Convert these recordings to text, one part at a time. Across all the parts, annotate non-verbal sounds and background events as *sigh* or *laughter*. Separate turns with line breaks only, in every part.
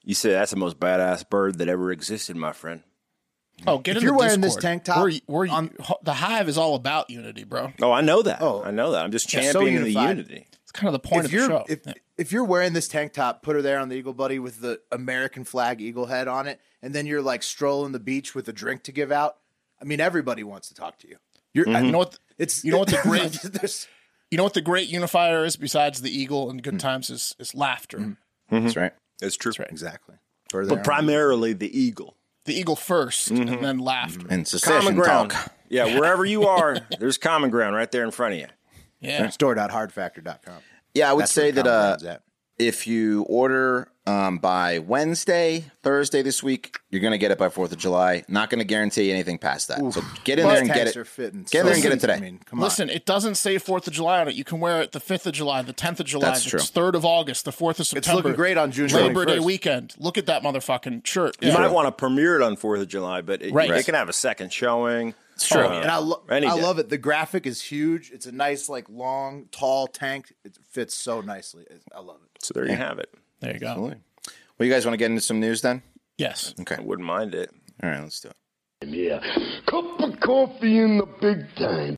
you say that's the most badass bird that ever existed, my friend.
Oh, get
If
in
you're
the
wearing this
Discord.
tank top
We're, we're,
on-
ho- the hive is all about unity, bro.
Oh, I know that.
Oh.
I know that. I'm just
Yeah, so
championing the
unified.
unity.
It's kind of the point
if
of the
you're
show.
if
Yeah.
if you're wearing this tank top, put her there on the eagle buddy with the American flag eagle head on it, and then you're like strolling the beach with a drink to give out. I mean, everybody wants to talk to you. You're I-
Mm-hmm.
You know what?
It's
you know what
*laughs*
the great
there's-
you know what the great unifier is besides the eagle and
Mm.
good times is is laughter.
That's right.
That's true.
exactly.
But primarily the eagle.
The eagle 1st
Mm-hmm.
and then laughter.
And
Common
secession
ground.
talk.
Yeah, wherever you are, there's common ground right there in front of you.
Yeah.
store.hardfactor.com.
Yeah, I would
That's
say
where the
that uh,
common's at.
if you order um, by Wednesday, Thursday this week, you're gonna get it by Fourth of July. Not gonna guarantee anything past that. So get in
These
there and get
tanks
it.
are fitting
Get in there and
so-
get it today.
I mean, come
Listen, it doesn't say Fourth of July on it. You can wear it the fifth of July, the tenth of July,
That's
the
true.
third of August, the fourth of September.
looking great on June
Labor
21st.
Day weekend. Look at that motherfucking shirt.
You
Yeah.
might want to premiere it on Fourth of July, but it,
Right.
they can have a second showing. Uh, It's true.
on. And I, lo-
Any
I
day.
love it. The graphic is huge. It's a nice, like, long, tall tank. It fits so nicely. It's- I love it.
so there you have it.
There you go.
Well, you guys want to get into some news then?
Yes.
I wouldn't mind it.
All right, let's do it.
Yeah. Cup of coffee in the big time.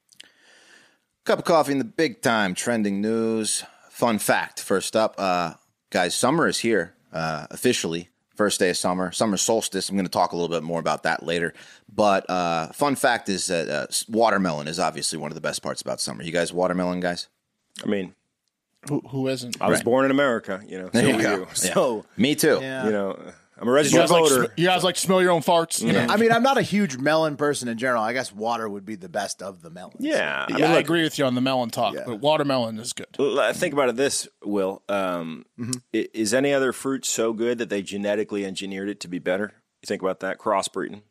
Cup of coffee in the big time trending news. Fun fact first up, uh, guys, summer is here uh, officially. First day of summer, summer solstice. I'm going to talk a little bit more about that later. But uh, fun fact is that uh, s- watermelon is obviously one of the best parts about summer. You guys, watermelon guys?
I mean,
Who, who isn't?
I was born in America, you know. So
There you
were
go.
you. So,
Me too.
you know, I'm a
You
registered
guys, like,
voter.
sm- you guys like smell your own farts?
I mean, I'm not a huge melon person in general. I guess water would be the best of the melons.
yeah. I
Yeah, I,
mean, look,
agree with you on the melon talk, but watermelon is good.
Well, I Think about it this, Will. Um, i- Is any other fruit so good that they genetically engineered it to be better? You think about that crossbreeding,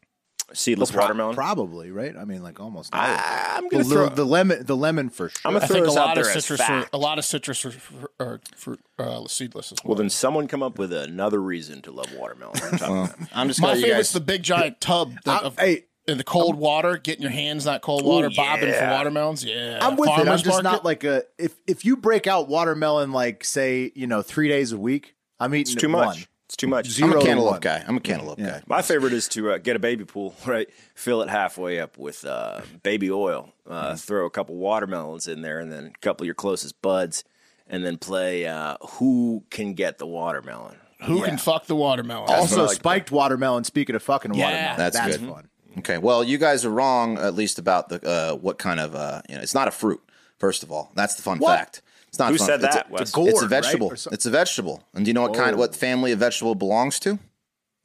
seedless watermelon.
Probably, right? I mean, like almost. all of them.
I'm
the,
gonna throw.
the lemon, the lemon for sure.
I'm gonna
I
throw
think a
this out
lot of
there as
citrus, are,
fact.
a lot of citrus are, are fruit uh, seedless as well.
Well, then someone come up with another reason to love watermelon. *laughs* on top of that.
I'm just
My
glad you
favorite's
guys.
the big giant tub that,
I-
of,
hey.
in the cold water, getting your hands in that cold water, bobbing for watermelons. Yeah,
I'm with it. I'm
Farmer's
just
market.
not like a if if you break out watermelon like say you know three days a week, I'm eating
It's too
it
much.
one.
It's too much.
Zero
I'm a
to
cantaloupe
one.
guy. I'm a cantaloupe guy.
My favorite is to uh, get a baby pool, *laughs* right? Fill it halfway up with uh, baby oil, uh, throw a couple watermelons in there, and then a couple of your closest buds, and then play uh, who can get the watermelon.
who can fuck the watermelon.
Oh.
Also, spiked watermelon. Speaking of fucking
Yeah.
watermelon,
That's
that's,
good.
fun.
Okay. Well, you guys are wrong at least about the uh, what kind of uh, you know. It's not a fruit. First of all, that's the fun fact. It's not
Who
fun.
said
it's
that,
A,
Wes?
it's,
Gourd,
a
right?
vegetable.
Or some-
It's a vegetable. And do you know what kind? What family of vegetable belongs to?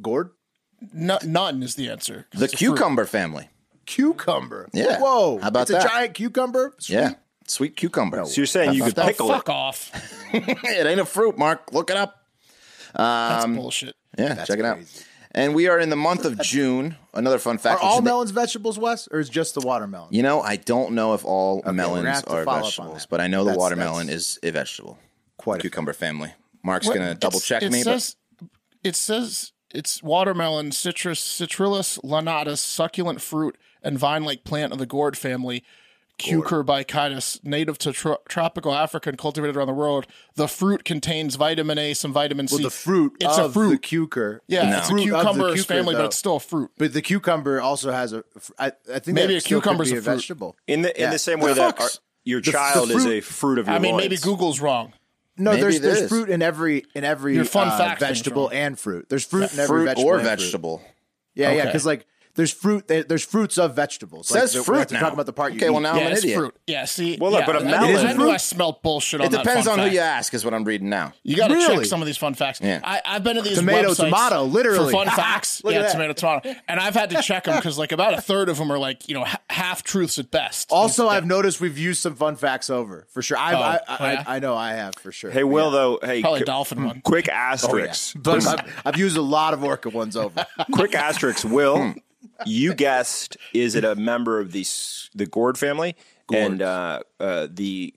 Gourd,
No, none is the answer.
The
It's a fruit.
cucumber family.
cucumber.
Yeah.
Whoa.
How about
it's
that?
a giant cucumber. Sweet.
Yeah, sweet cucumber.
So you're saying you could
Oh,
pickle
fuck
it?
off.
*laughs* it ain't a fruit, Mark. Look it up.
That's
Um,
bullshit.
Yeah, check it out.
crazy.
And we are in the month of June. Another fun
Are
fact. which
all
is the-
melons vegetables, Wes, or is just the watermelon?
You know, I don't know if all
we're gonna
melons
have to
are
follow up on
vegetables,
that.
but I know the
That's-
watermelon
that's-
is a vegetable.
Quite a-
cucumber family. Mark's
What?
gonna double
It's-
check
it
me,
Says, it says it's watermelon, citrus, citrullus, lanatus, succulent fruit, and vine-like plant of the gourd family, Cucurbitacus, native to tro- tropical Africa and cultivated around the world. The fruit contains vitamin A, some vitamin C.
Well, the fruit.
It's a
of the
fruit.
cucumber.
yeah,
The
it's a
fruit of the
cucumber's
cucumber,
family, but
though.
it's still a fruit.
But the cucumber also has a. I, I think
Maybe
that
a
still could
cucumber's
be
a
a
fruit.
vegetable.
In the in the same way
The
that
fucks.
our- your
the
child is
fruit-
a fruit of your
I mean,
loins.
maybe Google's wrong.
No,
Maybe
there's
there
there's
is.
fruit in every in every
Your fun
uh,
fact thing's
vegetable
wrong.
and fruit. There's fruit in every
fruit
vegetable
or
and fruit.
vegetable.
Yeah, yeah,
Okay.
because like there's fruit. there- There's fruits of vegetables.
Says
like,
fruit
We're
now.
talking about the part.
Okay,
you
well
eat.
now I'm
yeah,
an
it's
idiot.
fruit. Yeah, see.
Well, look,
yeah,
but a
I-
melon-
I, I
It is
knew
fruit.
I smelled bullshit on
It
that
depends
fun
on who
fact.
you ask, is what I'm reading now.
You got to check
Really?
some of these fun facts.
Yeah.
I, I've been to these
Tomato,
websites
tomato,
for
literally. *laughs*
fun facts.
Look at
yeah,
that.
tomato, tomato, and I've had to check them because like about a third of them are like you know ha- half truths at best.
Also, I've noticed we've used some fun facts over for sure. I've,
Oh,
I, I,
oh, yeah?
I, I know I have for sure.
Hey, Will, though. Hey,
probably a
qu-
dolphin one.
quick asterisks.
but I've, I've used a lot of orca ones *laughs* over.
Quick asterisks.
Hmm.
Will, you guessed is it a member of the s- the gourd family and uh, uh, the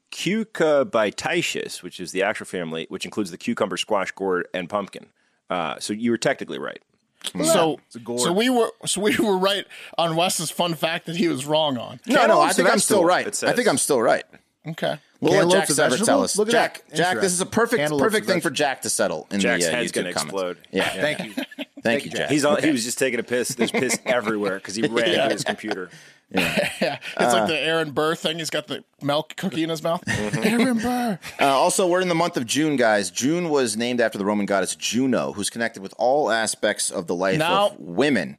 cucurbitaceous, which is the actual family, which includes the cucumber, squash, gourd, and pumpkin. Uh, so you were technically right.
so
Mm-hmm. It's a gourd.
so we were so we were right on Wes's fun fact that he was wrong on.
No, no,
Cantaloupe's
I think
a
I'm still
vegetable,
right.
it
I
says.
think I'm still right.
Okay,
We'll let Jack
Cantaloupe's a
Sever tell
vegetable?
us.
Look at
Jack,
that.
Jack, this is a perfect,
Cantaloupe's
perfect
a
thing for
vegetable.
Jack to settle in
Jack's
the uh,
head's
YouTube
gonna
comments.
explode.
Yeah, yeah.
Thank you.
Thank you, Jack.
He's on. He was just taking a piss. There's
*laughs*
piss everywhere because he ran to his computer.
yeah, it's
Uh.
like the Aaron Burr thing. He's got the milk cookie in his mouth.
Mm-hmm.
*laughs* Aaron Burr.
Uh, also, we're in the month of June, guys. June was named after the Roman goddess Juno, who's connected with all aspects of the life
Now-
of women,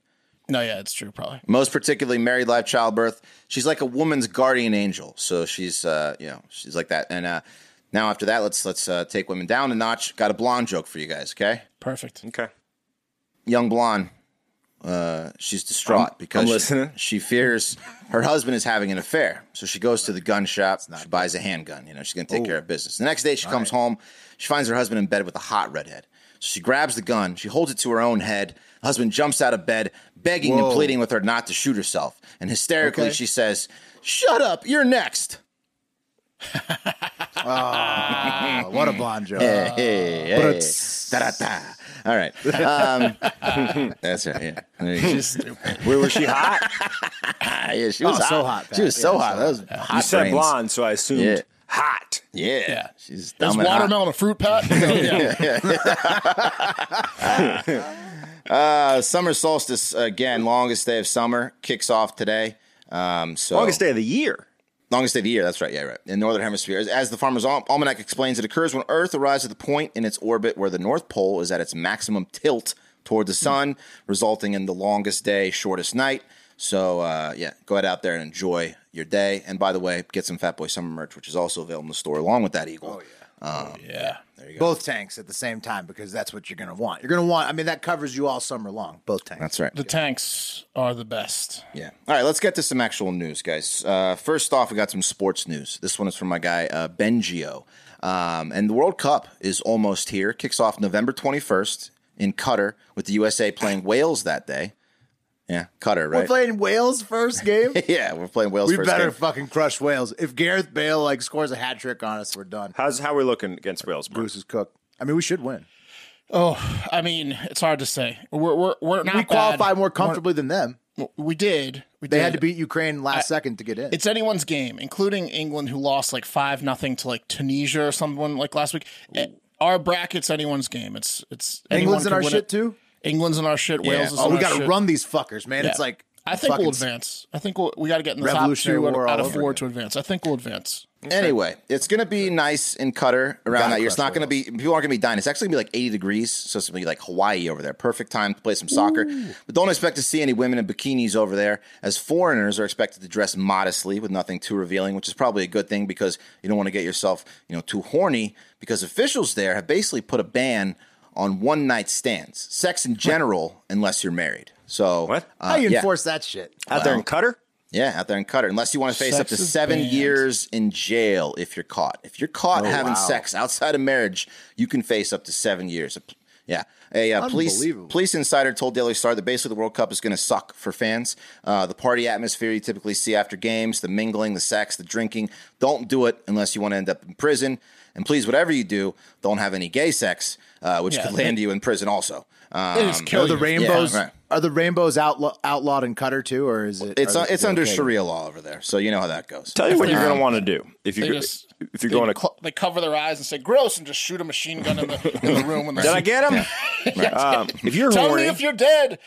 No, yeah, it's true. Probably.
most particularly married life, childbirth. She's like a woman's guardian angel. So she's, uh, you know, she's like that. And uh, now after that, let's let's uh, take women down a notch. Got a blonde joke for you guys, okay?
Perfect.
Okay.
Young blonde. Uh, she's distraught because
I'm
she-
listening.
She, fears her husband is having an affair, so she goes to the gun shop. She buys a handgun. You know, she's going to take care of business. The next day, she comes home. She finds her husband in bed with a hot redhead. So she grabs the gun. She holds it to her own head. The husband jumps out of bed, begging and
Whoa.
pleading with her not to shoot herself. And hysterically,
Okay.
she says, "Shut up! You're next."
Oh, what a blonde joke.
Hey, hey. Da-da-da. All right. Um, *laughs* that's right. Yeah. There you go.
Just stupid.
Where was she hot?
Ah, yeah, she
Oh,
was
so
hot.
hot,
She was
Pat.
so
Yeah,
hot.
so
That was hot.
you said
brains.
blonde, so I assumed
Yeah.
hot.
Yeah.
Yeah.
She's
Is
dumb and hot.
watermelon a fruit,
*laughs*
Pat? No, yeah.
Uh, summer solstice again, longest day of summer kicks off today. Um, so
Longest day of the year.
longest day of the year. That's right. Yeah, right. In northern hemisphere, as, as the Farmer's Al- Almanac explains, it occurs when Earth arrives at the point in its orbit where the North Pole is at its maximum tilt toward the sun, resulting in the longest day, shortest night. So uh, yeah, go ahead out there and enjoy your day. And by the way, get some Fat Boy Summer merch, which is also available in the store along with that
Oh,
eagle.
yeah.
Both tanks at the same time because that's what you're going to want. You're going to want, I mean, that covers you all summer long, both tanks.
That's right.
The tanks are the best.
Yeah. All right, let's get to some actual news, guys. Uh, first off, we got some sports news. This one is from my guy, uh, Bengio. Um, and the World Cup is almost here. Kicks off November 21st in Qatar with the USA playing Wales that day. Yeah, Qatar,
We're
right?
playing Wales first *laughs* game.
*laughs* yeah, we're playing Wales
we
first
better
game.
fucking crush Wales. If Gareth Bale like scores a hat trick on us, we're done.
How's how we looking against Wales? Mark?
Bruce is cooked. I mean, we should win.
Oh, I mean, it's hard to say. We're we're, we're not
we qualify
bad.
more comfortably than them.
We did. We
They
did.
had to beat Ukraine last second to get in.
It's anyone's game, including England, who lost like five nothing to like Tunisia or someone like last week. Eh, Our bracket's anyone's game. It's it's anyone
England's in
can
our
win
shit
it.
too.
England's in our shit. Wales is
Oh,
in
we
our
got to
shit.
run these fuckers, man.
Yeah.
It's like
I think we'll
fucking-
advance. I think we'll, we got to get in the top
Revolutionary
two out,
War
of- out
all
of
over
four to advance. I think we'll advance.
Anyway, it's going to be nice in Qatar around that year. It's
crush
not going to be, people aren't going to be dying. It's actually going to be like 80 degrees. So it's going to be like Hawaii over there. Perfect time to play some soccer. But don't expect to see any women in bikinis over there, as foreigners are expected to dress modestly with nothing too revealing, which is probably a good thing because you don't want to get yourself, you know, too horny because officials there have basically put a ban on one night stands, sex in general, unless you're married. So,
What?
uh,
How you
yeah.
enforce that shit?
Out there in Qatar?
Yeah, out there in Qatar. Unless you want to face
Sex
up to
is
seven
banned.
years in jail if you're caught. If you're
Oh,
caught having sex outside of marriage, you can face up to seven years. Yeah, a uh, police
Unbelievable.
police insider told Daily Star that basically the World Cup is going to suck for fans. Uh, the party atmosphere you typically see after games, the mingling, the sex, the drinking. Don't do it unless you want to end up in prison. And please, whatever you do, don't have any gay sex, uh, which
Yeah,
could
they-
land you in prison. Also, um,
They just kill
Are the
you.
rainbows
Yeah, right.
are the rainbows outlaw, outlawed in Qatar too, or is it?
it's
are
uh,
they-
it's
they
under
okay?
Sharia law over there, so you know how that goes.
Tell you what
they-
you're going to want to do if
They
you
just
if you're
they
going to.
cl- they cover their eyes and say gross and just shoot a machine gun in the, in
*laughs*
the room. When
Did I get him? *laughs* um, if you're
Tell
horny,
me if you're dead.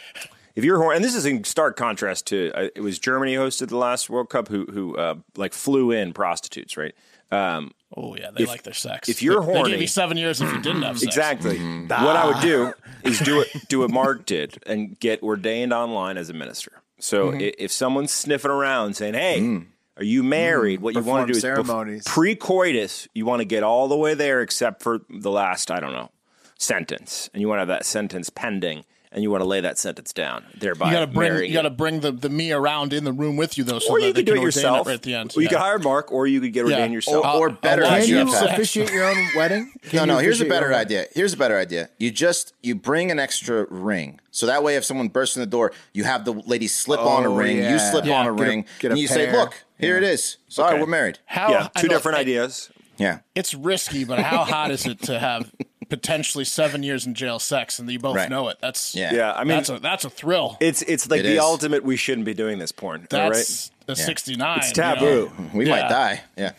if you're horny, and this is in stark contrast to uh, it was Germany hosted the last World Cup who who uh, like flew in prostitutes, right? Um,
Oh yeah, they like their sex.
if
They-
you're
they
horny- Mm-hmm.
gave you seven years if you didn't have sex. Ah.
Exactly.
Mm-hmm.
What I would do is do it, do what Mark did, and get ordained online as a minister. So
Mm-hmm.
i- if someone's sniffing around saying, "Hey,
Mm.
are you
Mm.
married?" What you want
Perform
to do is
ceremonies.
pre-coitus. You want to get all the way there, except for the last, I don't know, sentence, and you want to have that sentence pending, and you want to lay that sentence down. Thereby,
You gotta bring
marrying
you gotta bring the, the me around in the room with you though, so
or
that
you
they
could do
can
it
ordain
yourself
right at the end.
Or you
yeah.
could hire Mark, or you could get ordained
Or-
yourself.
or better,
I'll
Uh, Can
watch
you
you
have sex.
officiate your own wedding?
No,
Can
no.
you
Here's a
officiate your
better
own-
idea. Here's a better idea. You just you bring an extra ring, so that way if someone bursts in the door, you have the lady slip on a
Oh,
ring, you
yeah.
slip
Yeah.
on a
Get
a-
ring,
get a
and you say,
pair.
"Look, here it is. Sorry,
Okay.
we're married."
how
yeah,
I
two
know
different
it-
ideas.
Yeah,
It's risky, but how hot is it to have potentially seven years in jail sex and you both
Right.
know it? That's
Yeah.
Yeah, I mean,
that's a that's a thrill.
It's it's like
It
the
is.
ultimate. We shouldn't be doing this porn. all right?
that's a sixty nine.
It's taboo.
we
Yeah.
might die. Yeah,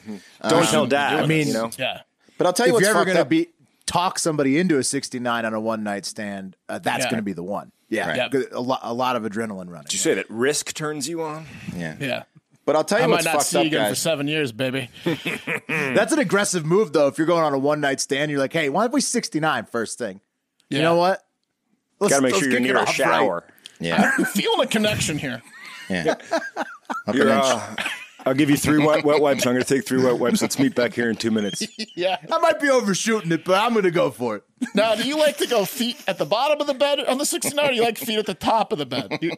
Don't tell dad.
I mean-
you know,
Yeah.
but I'll tell you
If
what's
you're ever
fucked
going to
up.
be talk somebody into a 69 on a one night stand, uh, that's
Yeah.
going to be the one. Yeah,
Right.
Good- a lot, a lot of adrenaline running.
you say that risk turns you on.
Yeah.
but I'll tell you
I might
what's
not
fucked
see you
up,
again for
guys.
seven years, baby.
That's an aggressive move, though. If you're going on a one night stand, you're like, hey, why don't we 69 first thing? You
Yeah.
know what? Let's,
Got to make
let's
sure you're
kick it
near a
off
shower.
Yeah,
*laughs* I'm feeling a connection here. *laughs*
yeah. *laughs* Up an
You're,
inch.
uh, *laughs* I'll give you three wet, wet wipes. I'm going to take three wet wipes. Let's meet back here in two minutes.
Yeah.
right. I might be overshooting it, but I'm going to go for it.
Now, do you like to go feet at the bottom of the bed on the 69 or do you like feet at the top of the bed? You,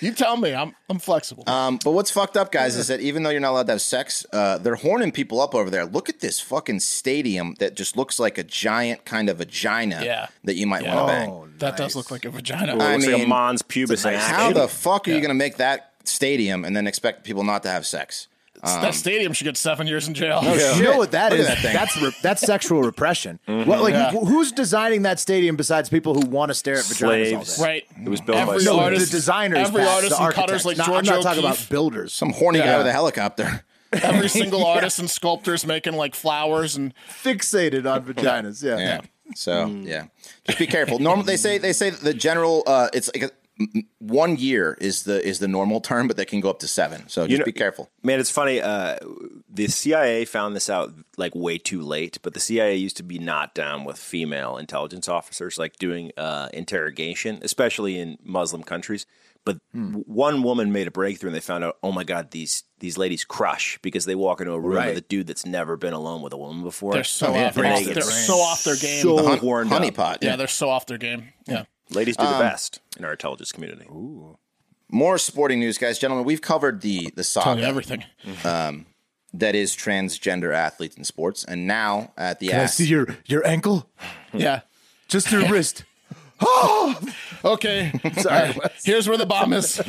you tell me. I'm I'm flexible.
Um, but what's fucked up, guys, is that even though you're not allowed to have sex, uh, they're horning people up over there. Look at this fucking stadium that just looks like a giant kind of vagina
Yeah.
that you might
Yeah.
want to bang.
that does look like a vagina.
It looks like a
mean,
Mons pubis. in action.
How the fuck are you going to make that stadium and then expect people not to have sex?
that stadium should get seven years in jail.
You know what that
Look at
is?
that thing.
that's re- that's sexual repression. What, like,
Yeah.
wh- who's designing that stadium besides people who want to stare at vaginas all day?
Slaves.
Right.
It was built by
Every
slaves.
No,
artist-
the designers,
every
Pat,
artist
the
and cutters
architects.
like
Not-
George
I'm not talking
O'Keefe.
about
*laughs*
builders.
Some horny guy
Yeah.
with a helicopter.
Every single artist and sculptor's making like flowers and
Fixated on vaginas. Yeah.
Yeah. So yeah, just be careful. Normal. They say they say that the general. Uh, it's like a, m- m- one year is the is the normal term, but they can go up to seven. So just
know-
be careful.
Man, it's funny. Uh, the CIA found this out like way too late, but the CIA used to be not down with female intelligence officers like doing uh, interrogation, especially in Muslim countries. But w- one woman made a breakthrough, and they found out, oh my god, these these ladies crush because they walk into a room
Right.
with a dude that's never been alone with a woman before.
they're so off.
And
They're,
they get
they're so off their game.
so
Hun-
horned up.
honeypot.
yeah, they're so off their game. Yeah.
Ladies do the best in our intelligence community.
More sporting news, guys, gentlemen. We've covered the the
Tell you
saga
everything.
that is transgender athletes in sports, and now at the
Can I
ass.
see your your ankle?
Yeah.
Just your wrist.
Okay. Sorry. here's where the bomb is.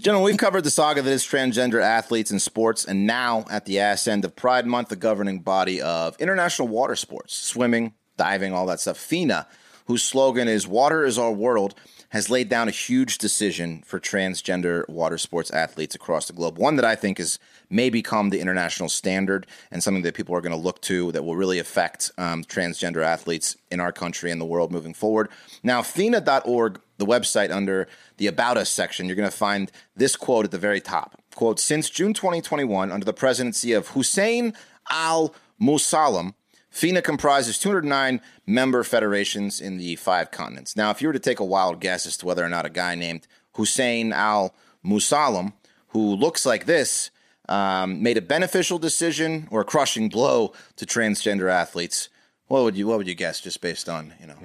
Gentlemen, we've covered the saga that is transgender athletes in sports, and now at the ass end of Pride Month, the governing body of international water sports, swimming, diving, all that stuff, FINA, whose slogan is Water is Our World, has laid down a huge decision for transgender water sports athletes across the globe. One that I think is may become the international standard and something that people are going to look to that will really affect um, transgender athletes in our country and the world moving forward. Now, FINA.org the website under the About Us section, you're going to find this quote at the very top. Quote Since June 2021, under the presidency of Hussein al Musalem, FINA comprises 209 member federations in the five continents. Now, if you were to take a wild guess as to whether or not a guy named Hussein al Musalem, who looks like this, um, made a beneficial decision or a crushing blow to transgender athletes, what would you what would you guess just based on you know?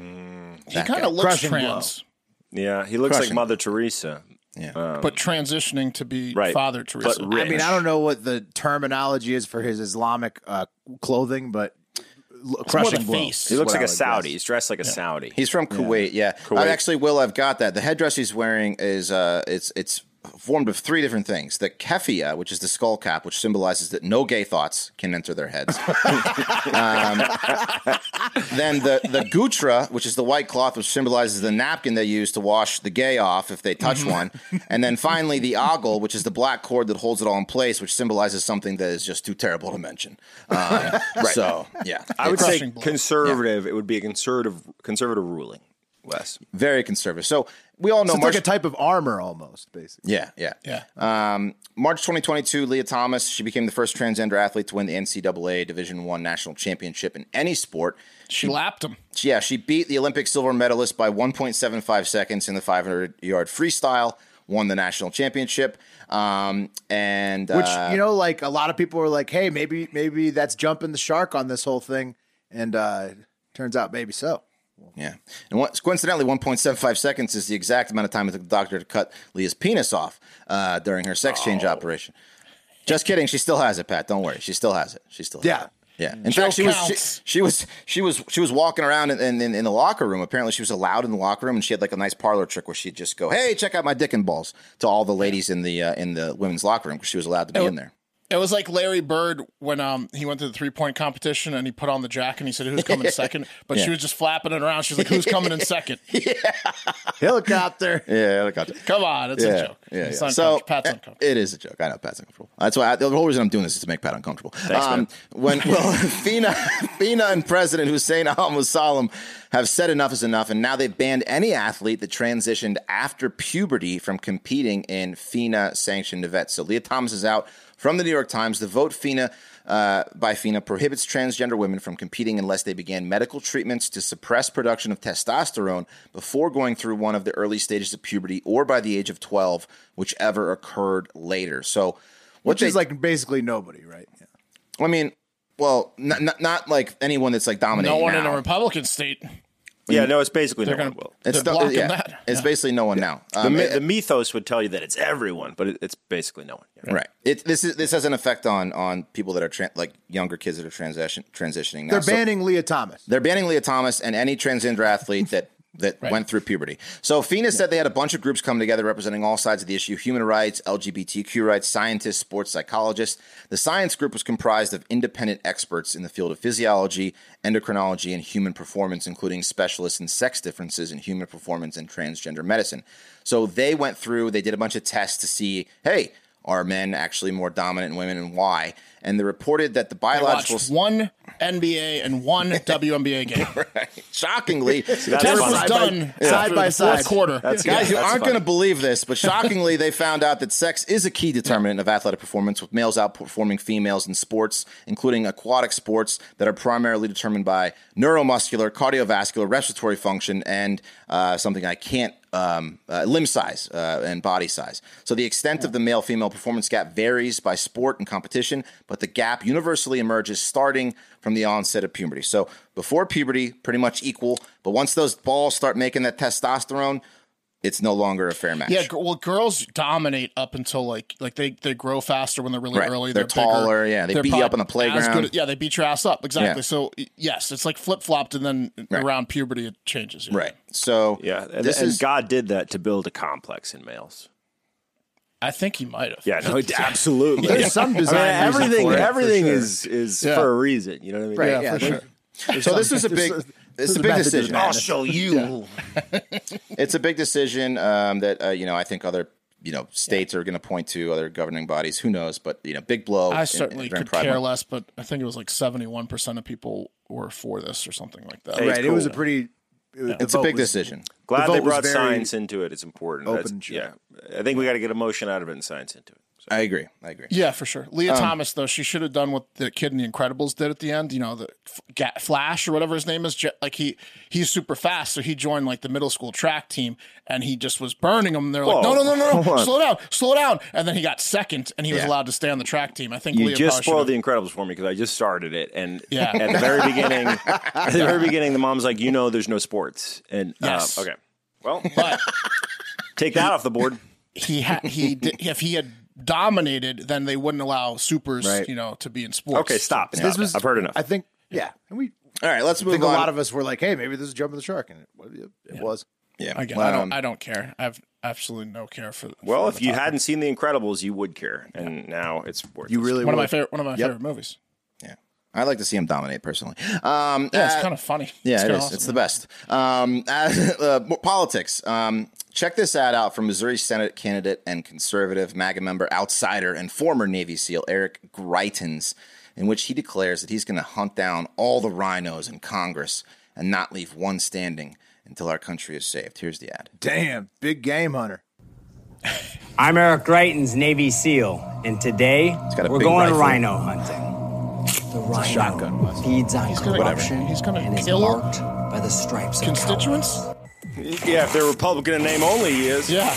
He kind of looks trans,
Yeah, he looks
Crushing.
like Mother Teresa.
but transitioning to be
Right.
Father Teresa.
But rich.
I mean, I don't know what the terminology is for his Islamic uh, clothing, but l- crushing
the
blow.
face.
He
is
looks
what I
like a
would guess.
Saudi. He's dressed like a Saudi.
He's from Kuwait, yeah. Uh, actually, Will, I've got that. The headdress he's wearing is uh, it's it's formed of three different things: the keffiyeh, which is the skull cap, which symbolizes that no gay thoughts can enter their heads. Um, then the the gutra, which is the white cloth, which symbolizes the napkin they use to wash the gay off if they touch one, and then finally the ogle, which is the black cord that holds it all in place, which symbolizes something that is just too terrible to mention. Um, So yeah,
I would
it's-
say
Crushing blow.
conservative. It would be a conservative conservative ruling. Wes,
very conservative. So we all know
It's like
March-
a type of armor almost, basically.
Yeah, yeah,
Yeah.
Um, March 2022, Leah Thomas. She became the first transgender athlete to win the NCAA Division One national championship in any sport.
she lapped him.
She- yeah, she beat the Olympic silver medalist by 1.75 seconds in the 500 yard freestyle. Won the national championship. Um, and
Which
uh,
you know, like a lot of people were like, "Hey, maybe maybe that's jumping the shark on this whole thing," and uh, turns out maybe so.
Yeah. And what, coincidentally, 1.75 seconds is the exact amount of time it took the doctor to cut Leah's penis off uh, during her sex
Oh.
change operation. Just kidding. She still has it, Pat. Don't worry. She still has it. She still has
Yeah.
it. Yeah. In fact, she was she,
counts.
she was she was she was walking around in, in, in the locker room. Apparently, she was allowed in the locker room, and she had like a nice parlor trick where she'd just go, "Hey, check out my dick and balls" to all the ladies in the uh, in the women's locker room because she was allowed to be in there.
It was like Larry Bird when um he went to the three point competition and he put on the jacket and he said, Who's coming second? But she was just flapping it around. She's like, Who's coming in second?
Helicopter.
Yeah, I got that.
Come on, it's a joke.
Yeah,
it's
yeah.
uncomfortable.
So
Pat's
uh,
uncomfortable.
it is a joke. I know Pat's uncomfortable. That's why I, the whole reason I'm doing this is to make Pat uncomfortable. um, when *laughs* well, Fina, Fina, and President Hussein Al Musalem have said enough is enough, and now they've banned any athlete that transitioned after puberty from competing in Fina sanctioned events. So Leah Thomas is out from the New York Times. The vote Fina uh, by FINA prohibits transgender women from competing unless they began medical treatments to suppress production of testosterone before going through one of the early stages of puberty or by the age of 12, whichever occurred later. So, what
Which is
they-
like basically nobody, right? Yeah.
I mean, well, not, not, not like anyone that's like dominating.
No one in
now.
a Republican state.
yeah, no, it's basically no
They're
one
gonna-
will.
It's,
They're blocking
yeah,
that.
it's basically no one now.
The,
Um,
mi-
it-
the mythos would tell you that it's everyone, but it, it's basically no one. Yeah.
right. It, this is this has an effect on on people that are tran like younger kids that are transition transitioning. Now.
They're
So-
banning Leah Thomas.
They're banning Leah Thomas and any transgender athlete that that went through puberty. So Fina said they had a bunch of groups come together representing all sides of the issue: human rights, LGBTQ rights, scientists, sports psychologists. The science group was comprised of independent experts in the field of physiology, endocrinology, and human performance, including specialists in sex differences in human performance and transgender medicine. So they went through, they did a bunch of tests to see, hey, are men actually more dominant than women and why? And they reported that the biological
Watched one NBA and one WNBA game.
shockingly
Test
fun.
was
Side by-
done
yeah.
after the
Side by
fourth
side.
quarter.
That's
Guys,
yeah,
you
that's
aren't
fun.
going to believe
*laughs*
this, but shockingly, they found out that sex is a key determinant of athletic performance, with males outperforming females in sports, including aquatic sports that are primarily determined by neuromuscular, cardiovascular, respiratory function, and uh, something I can't um, uh, limb size uh, and body size. So the extent of the male female performance gap varies by sport and competition, but the gap universally emerges starting from the onset of puberty. So before puberty, pretty much equal, but once those balls start making that testosterone, it's no longer a fair match.
Yeah, gr- well, girls dominate up until like like they they grow faster when they're really
Right.
early.
They're
bigger.
taller, yeah, they beat you
probably
up on the
as
playground.
yeah, they beat your ass up exactly.
Yeah.
So y- yes, it's like flip flopped, and then around puberty it changes. yeah.
Right. So
Yeah, and,
this
and
is
God did that to build a complex in males.
I think he might have.
Yeah,
*laughs*
*laughs* no, it- absolutely.
There's some design reason
everything,
for it, for
everything
sure.
is is
Yeah.
for a reason. You know what I mean?
Right, yeah, there-
so
*laughs*
this is a big
there's
it's a
a
big
method to the
decision.
madness.
show you.
*laughs* It's a big decision um, that uh, you know I think other you know states are going to point to other governing bodies. Who knows? But you know, big blow.
I
in-
certainly
during
could
Pride
care
Month.
less, but I think it was like seventy one percent of people were for this or something like that.
Right, it was a
cool.
pretty. It was,
It's a big decision.
Glad
The
they
vote was
brought
very
science into it. It's important.
open
That's-
and shut.
yeah, I think we got to get emotion out of it and science into it. So,
I agree. I agree.
Yeah, for sure. Leah Thomas, though, she should have done what the kid in The Incredibles did at the end. You know, the F- Ga- Flash or whatever his name is. Je- Like he, he's super fast, so he joined like the middle school track team, and he just was burning them. They're like, no,
Whoa,
no, no, no,
hold
no,
on.
slow down, slow down. And then he got second, and he was
Yeah.
allowed to stay on the track team. I think
you
Leah
just
probably
spoiled The Incredibles for me because I just started it, and
Yeah.
at the very beginning, at the very beginning, the mom's like, "You know, there's no sports," and uh,
Yes.
okay, well,
should've.
take that off the board.
But he had he did, if he had dominated, then they wouldn't allow supers,
Right.
you know, to be in sports.
Okay, stop.
This was,
I've heard enough.
I think. Yeah, and we
All right, let's
I
move
think a
on.
lot of us were like, "Hey, maybe this is jumping the shark," and it, it was.
yeah.
I, get- I
Well,
don't.
um,
I don't care. I have absolutely no care for.
well,
for
if
the
you
topic.
hadn't seen The Incredibles, you would care, and now it's worth.
You
it.
really
one of
were.
my favorite one of my favorite movies.
yeah. I like to see him dominate personally. Um,
Yeah,
uh,
it's kind of funny.
Yeah,
it's
it
kinda
is.
awesome.
It's the best. Um, *laughs* uh, more politics. Um, check this ad out from Missouri Senate candidate and conservative MAGA member, outsider, and former Navy SEAL Eric Greitens, in which he declares that he's going to hunt down all the rhinos in Congress and not leave one standing until our country is saved. Here's the ad.
Damn, big game hunter.
I'm Eric Greitens, Navy SEAL, and today
got a
we're
big
going
rifle.
rhino hunting.
The rhino
shotgun, Wes.
feeds on
gonna-
corruption
he's gonna
and is
kill
marked by the stripes of
constituents?
cowardice.
yeah, if they're Republican in name only, he is.
Yeah.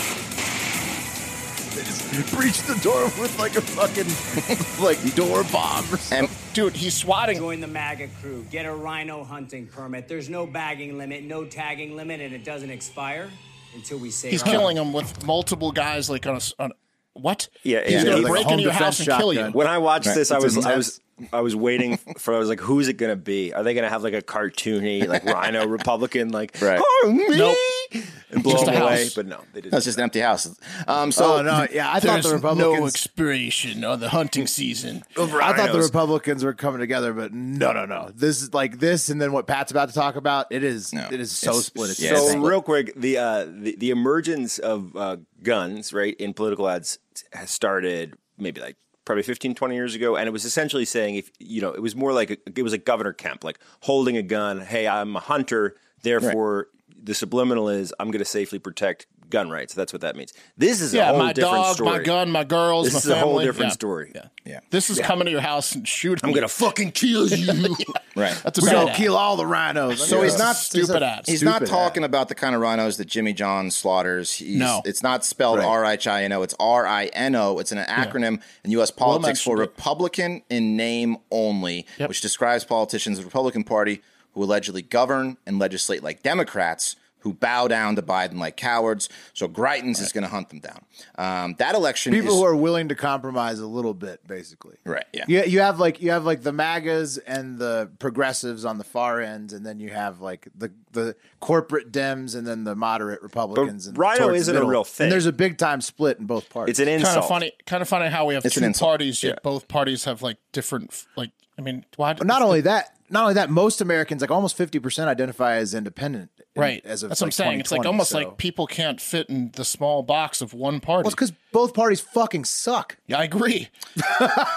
They just breached the door with like a fucking *laughs* like door bomb. Or something.
And
Dude, he's swatting.
Join the MAGA crew. Get a rhino hunting permit. There's no bagging limit, no tagging limit, and it doesn't expire until we save.
He's
our-
killing him with multiple guys like on a. s- On, what?
Yeah,
He's
yeah.
going
Like
to
a
break
home
into your
defense
house and kill you.
shotgun.
When I watched this, I
It's
was I
intense.
was I was waiting for I was like, who's it gonna be? Are they gonna have like a cartoony like Rhino Republican like
Right.
oh me
Nope.
and blow
Just a
him away?
house.
But no, they
that's
didn't.
just an empty house. Um, so
oh no, yeah, I thought
There's
the Republicans.
no expiration on the hunting season.
Oh,
I thought the
rhinos.
Republicans were coming together, but no, no, no. This is like this, and then what Pat's about to talk about. It is,
No.
it is so
It's-
split. It's
yeah,
so
it's-
So real quick, the uh, the, the emergence of uh, guns right in political ads has started maybe like probably 15, 20 years ago, and it was essentially saying if you know it was more like a, it was like Governor Kemp like holding a gun. Hey, I'm a hunter, therefore the subliminal is I'm going to safely protect gun rights. That's what that means. This is
Yeah,
a whole
my
different
dog,
story.
my gun, my girls,
This
my
is
family.
a whole different
Yeah.
story.
yeah,
This is coming to your house and shooting.
I'm
you.
gonna fucking kill you.
*laughs*
right.
That's a
we
bad
gonna
ad.
kill all the rhinos.
So he's not
Stupid
he's a-
ass.
He's
Stupid
not talking about the kind of rhinos that Jimmy John slaughters. He's,
No.
it's not spelled R H I N O. It's R I N O. It's an acronym in U.S. politics for
mentioned it.
Republican in name only,
Yep.
which describes politicians of the Republican Party who allegedly govern and legislate like Democrats. Who bow down to Biden like cowards? So Greitens is going to hunt them down. Um, that election,
people
is,
who are willing to compromise a little bit, basically.
Right, yeah.
You, you have like you have like the MAGAs and the progressives on the far end, and then you have like the the corporate Dems and then the moderate Republicans. and
Rhino
towards the
isn't a
middle.
real thing.
And there's a big time split in both parties.
It's an insult.
Kind of funny. Kind of funny how we have
It's an
two
insult.
parties, yet both parties have like different. Like, I mean, why?
But not only that, not only that, most Americans, like almost 50%, identify as independent. in-
right.
As of
That's what I'm
like,
saying. It's like
2020,
almost
so-
like people can't fit in the small box of one party.
Well, it's because both parties fucking suck.
yeah, I agree.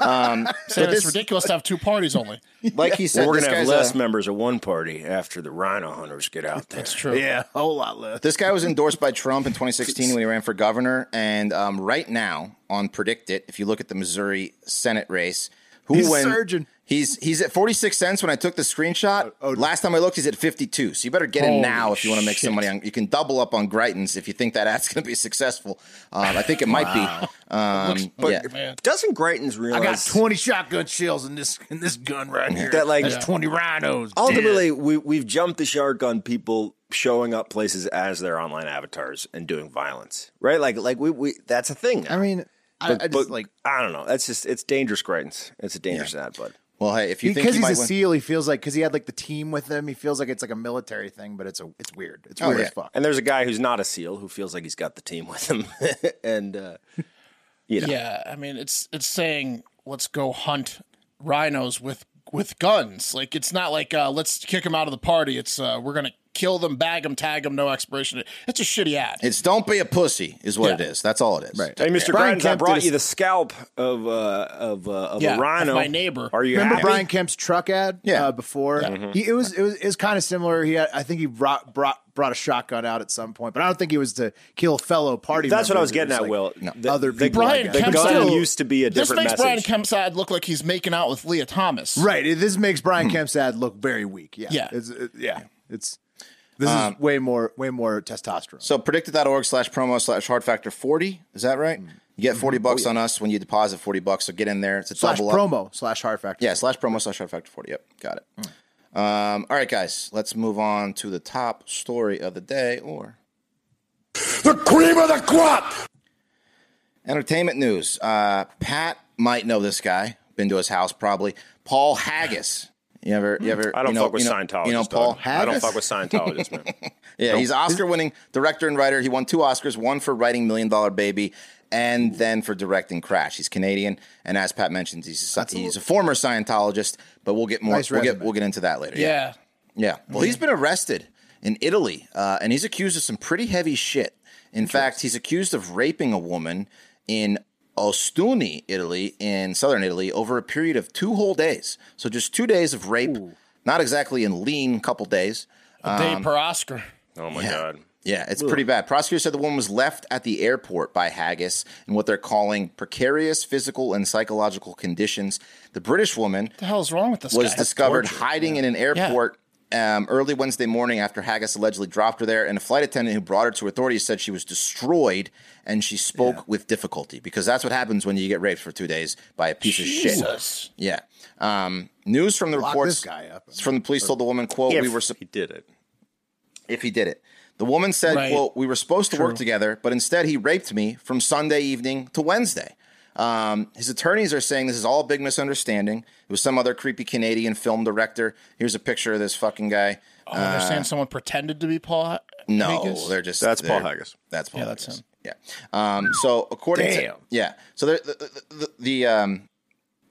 Um,
*laughs*
so it's ridiculous to have two parties only.
Like he said,
We're
this
gonna have
guy's
less
a-
members of one party after the Rhino Hunters get out there. That's
True.
Yeah, a whole lot less.
This guy was endorsed by Trump in 2016 when he ran for governor. And um, right now on Predict It, if you look at the Missouri Senate race, who
He's
went-
surging.
He's he's at 46 cents when I took the screenshot. Last time I looked, he's at 52. So you better get in now if you want to make some money. On, you can double up on Greitens if you think that ad's going to be successful. Um, I think it might be. Um, yeah.
Man.
Doesn't Greitens
I
realize
got 20 shotgun shells in this in this gun right here.
That, like-
That's
Yeah.
20 rhinos.
ultimately we we've jumped the shark on people showing up places as their online avatars and doing violence, right? Like like we, we that's a thing.
I mean, I, I just like
I don't know. That's just it's dangerous, Greitens. It's a dangerous ad, bud.
Well, hey, if you think
because
he
he's
might
a
win-
SEAL, he feels like because he had like the team with him, he feels like it's like a military thing, but it's a it's weird. It's weird
yeah.
as fuck.
And there's a guy who's not a SEAL who feels like he's got the team *laughs* with him, and uh, you know,
Yeah, I mean it's it's saying let's go hunt rhinos with with guns. Like it's not like uh, let's kick them out of the party. It's uh, we're gonna kill them, bag them, tag them, no expiration. It's a shitty ad.
it's don't be a pussy is what
Yeah.
it is. That's all it is. Right.
Hey, Mr.
Brian
Grimes, I
Kemp did
brought
a-
you the scalp of uh, of, uh, of
Yeah,
a rhino.
of my neighbor.
Are you
Remember
happy?
Brian Kemp's truck ad?
Yeah.
uh, before he, it was it was, it was kind of similar. He had, I think he brought brought brought a shotgun out at some point, but I don't think he was to kill fellow party.
That's what I
members.
was
It
getting at,
like
Will. The-
other
the-
people.
Brian
like
the
that.
Kemp's
gun
still-
used to be a
This
different
makes
message.
Brian Kemp's ad look like he's making out with Leah Thomas.
Right. it- This makes Brian
Hmm.
Kemp's ad look very weak. Yeah.
Yeah.
It's, it- yeah. It's this is way more way more testosterone.
Um, So predicted.org slash promo slash hard factor 40. Is that right?
Mm-hmm.
You get 40 bucks on us when you deposit 40 bucks. So get in there. It's a
Oh, slash
double up.
promo Mm. slash hard factor.
Yeah, slash promo slash hard factor 40. Yep. Got it. Um, all right, guys. Let's move on to the top story of the day or
The cream of the crop!
entertainment news. Uh, Pat might know this guy. Been to his house probably. Paul Haggis. You ever, you ever,
I don't
you know,
fuck with
you know,
Scientologists.
You know,
dog.
Paul
I don't
Haggis?
fuck with Scientologists, man.
*laughs* Yeah, he's an Oscar winning director and writer. He won two Oscars, one for writing Million Dollar Baby and then for directing Crash. He's Canadian, and as Pat mentions, he's a, he's a former Scientologist, but we'll get more
Nice
we'll get
resume.
we'll get into that later.
Yeah.
Yeah. Well, he's been arrested in Italy, uh, and he's accused of some pretty heavy shit. In fact, he's accused of raping a woman in Ostuni, Italy, in southern Italy, over a period of two whole days. So just two days of rape, not exactly in lean couple days.
A day per Oscar.
Oh my god.
Yeah, it's pretty bad. Prosecutors said the woman was left at the airport by Haggis in what they're calling precarious physical and psychological conditions. The British woman
What the hell is wrong with this
was
guy?
discovered hiding in an airport um, early Wednesday morning after Haggis allegedly dropped her there. And a flight attendant who brought her to authorities said she was destroyed and she spoke with difficulty because that's what happens when you get raped for two days by a piece of shit.
Jesus.
Yeah. Um, news from the
Lock
reports
this guy up.
from the police told the woman, "quote
If
We were su-
he did it.
if he did it. The woman said,
Right.
quote, we were supposed to work together, but instead he raped me from Sunday evening to Wednesday. Um, his attorneys are saying this is all a big misunderstanding. It was some other creepy Canadian film director. Here's a picture of this fucking guy.
Oh, they're saying someone pretended to be Paul. Ha-
Uh, No,
Haggis?
they're just
That's Paul
they're-
Haggis.
That's Paul.
Yeah, that's
Haggis.
him.
Yeah. Um, so according
Damn.
to yeah, so there, the, the, the, the um,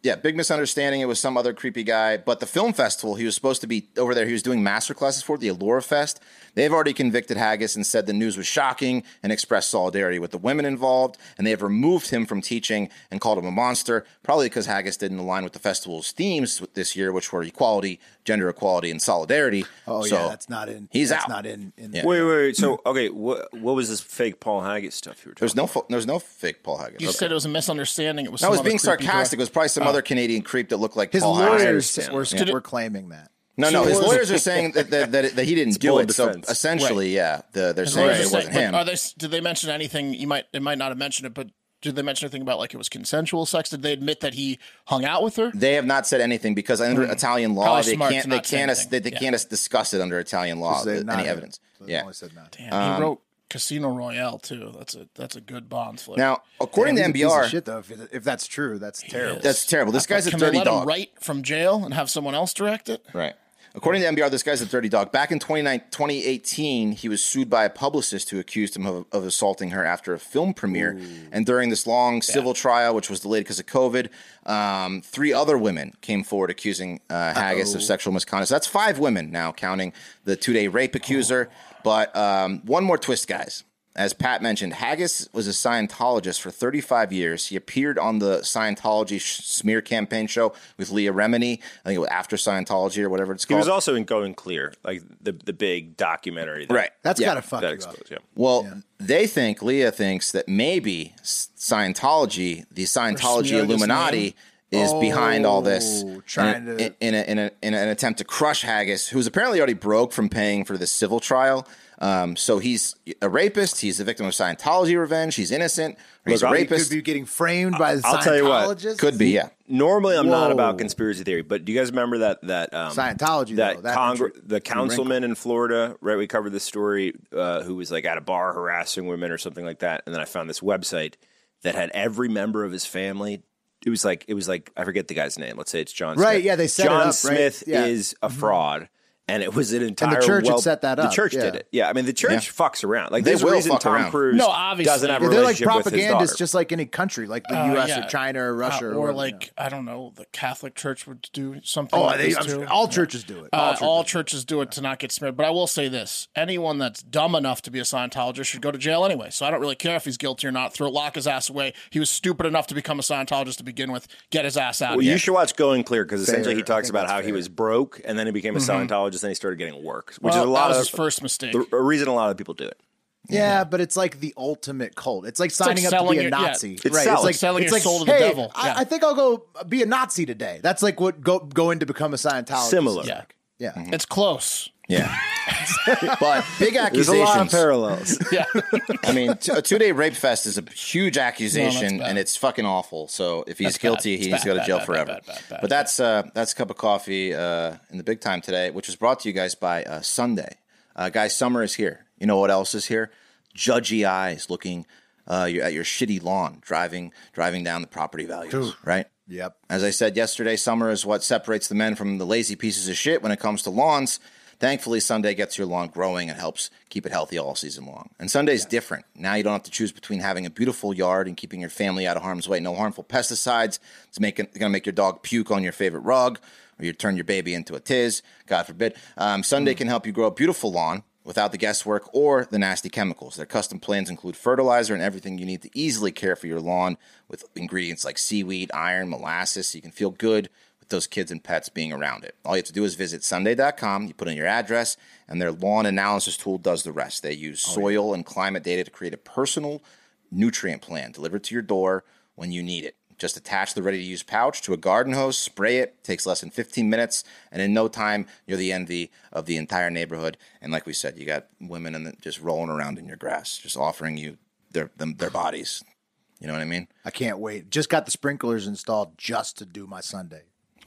yeah, big misunderstanding. It was some other creepy guy, but the film festival he was supposed to be over there. He was doing master classes for the Allura Fest. They've already convicted Haggis and said the news was shocking and expressed solidarity with the women involved, and they have removed him from teaching and called him a monster, probably because Haggis didn't align with the festival's themes this year, which were equality, gender equality, and solidarity.
Oh
So
yeah, that's not in.
He's
that's
out.
Not in. in
Yeah.
Wait, wait, wait. So, okay, what what was this fake Paul Haggis stuff you were talking?
There's no fo- there's no fake Paul Haggis.
You said it was a misunderstanding. It was.
No, I
some
was
other
being
creepy Oh. guy.
sarcastic. It was probably some other Canadian creep that looked like
His
Paul Haggis.
lawyers
understand.
were,
Yeah.
were claiming that.
No, no, his
lawyers-
lawyers are saying that that, that, that he didn't do
bold
it. So
defense.
essentially, yeah, the, they're
As
saying
long as
that it
they
wasn't
say- but
him.
Are they? Did they mention anything? You might. It might not have mentioned it, but did they mention anything about like it was consensual sex? Did they admit that he hung out with her?
They have not said anything because under Italian law,
Probably
they
smart to
can't they
not say
can't as-
anything.
they, they
Yeah.
can't as- discuss it under Italian law.
They
th-
not
Oh, Any
in.
evidence?
They
Yeah.
only said not.
Damn,
um,
he wrote Casino Royale too. That's a that's a good Bond flick.
Now, according
He's a
to
piece of
MBR,
shit though. If, if that's true, that's terrible.
that's terrible. This guy's a
can
dirty
they let
dog.
him write from jail and have someone else direct it?
Right. According to NBR, this guy's a dirty dog. Back in 29 2018, he was sued by a publicist who accused him of, of assaulting her after a film premiere. And during this long civil trial, which was delayed because of COVID, um, three other women came forward accusing uh, Haggis of sexual misconduct. So that's five women now, counting the two day rape accuser. But um, one more twist, guys. As Pat mentioned, Haggis was a Scientologist for 35 years. He appeared on the Scientology sh- smear campaign show with Leah Remini, I think it was After Scientology or whatever it's
He
called.
was also in Going Clear, like the the big documentary. That,
Right.
That's
Yeah,
gotta fuck
that
you up.
exposed. Yeah.
Well, they think Leah thinks that maybe S- Scientology, the Scientology
smear this
Illuminati, is behind all this,
Oh, trying
in, a-
to-
in, a, in, a, in an attempt to crush Haggis, who's apparently already broke from paying for this civil trial. Um, so he's a rapist. He's a victim of Scientology revenge. He's innocent. or He's
Look,
a
I'll-
He could
rapist.
be getting framed by the
I'll tell you what,
Scientologists.
Could be, yeah.
Normally, I'm not
Whoa.
about conspiracy theory, but do you guys remember that that um,
Scientology,
that,
though, that
Congre-
intri-
the councilman in Florida? Right, we covered this story uh, who was like at a bar harassing women or something like that, and then I found this website that had every member of his family. It was like it was like I forget the guy's name. Let's say it's John.
Right,
Smith.
yeah, they set it
John
up, right?
Smith
Yeah. Mm-hmm.
is a fraud. And it was an entire
church had
well,
set that up,
The church did
yeah.
it. Yeah, I mean the church fucks around. Like
They
there's a
will
reason
fuck
Tom
around.
Cruise
No, obviously.
doesn't have a
Yeah,
They're like
relationship with his
propagandists,
daughter.
just like any country, like the
Uh,
U.S.
yeah.
or China or
Uh,
Russia,
or,
or, whatever,
like
yeah.
I don't know, the Catholic Church would do something.
oh,
like
they,
this
I'm
too.
sure all churches do it.
Uh,
churches.
all churches do it to not get smeared. But I will say this anyone that's dumb enough to be a Scientologist should go to jail anyway. So I don't really care if he's guilty or not. Throw lock his ass away. He was stupid enough to become a Scientologist to begin with. Get his ass out
Well,
of here.
you should watch Going Clear because essentially he
I
talks
think
about
that's
how he
fair.
was broke and then he became a Scientologist and he started getting work, which
Mm-hmm. Well,
is a lot
that was
of
his first mistake.
the, a reason a lot of people do it.
Yeah, but it's like the ultimate cult. It's like
like
signing up to be
selling
a
your- yeah.
Nazi.
It's
right.
selling-
It's like
selling
it's
your
like,
soul to the
hey,
devil.
I,
Yeah.
I think I'll go be a Nazi today. That's like what go going to become a Scientologist.
Similar.
Yeah.
Yeah.
It's close. *laughs*
Yeah. but big
There's a lot of
accusations.
parallels.
*laughs* Yeah.
I mean, t- a two day rape fest is a huge accusation,
bad.
and it's fucking awful. So if he's guilty,
It's
he
bad,
needs to go to
bad,
jail
bad,
forever.
bad, bad, bad,
but that's uh, that's a cup of coffee uh, in the big time today, which was brought to you guys by uh, Sunday. Uh, guys, summer is here. You know what else is here? Judgy eyes looking uh, your- at your shitty lawn, driving driving down the property values, right?
Yep.
As I said yesterday, summer is what separates the men from the lazy pieces of shit when it comes to lawns. Thankfully, Sunday gets your lawn growing and helps keep it healthy all season long. And Sunday's different. Now you don't have to choose between having a beautiful yard and keeping your family out of harm's way. No harmful pesticides. It's making going to make your dog puke on your favorite rug, or you turn your baby into a tiz. God forbid. Um, Sunday can help you grow a beautiful lawn without the guesswork or the nasty chemicals. Their custom plans include fertilizer and everything you need to easily care for your lawn with ingredients like seaweed, iron, molasses, so you can feel good with those kids and pets being around it. All you have to do is visit sunday.com, you put in your address, and their lawn analysis tool does the rest. They use soil and climate data to create a personal nutrient plan delivered to your door when you need it. Just attach the ready to use pouch to a garden hose, spray it, takes less than 15 minutes, and in no time, you're the envy of the entire neighborhood. And like we said, you got women and just rolling around in your grass, just offering you their them, their bodies. You know what I mean?
I can't wait. Just got the sprinklers installed just to do my Sunday.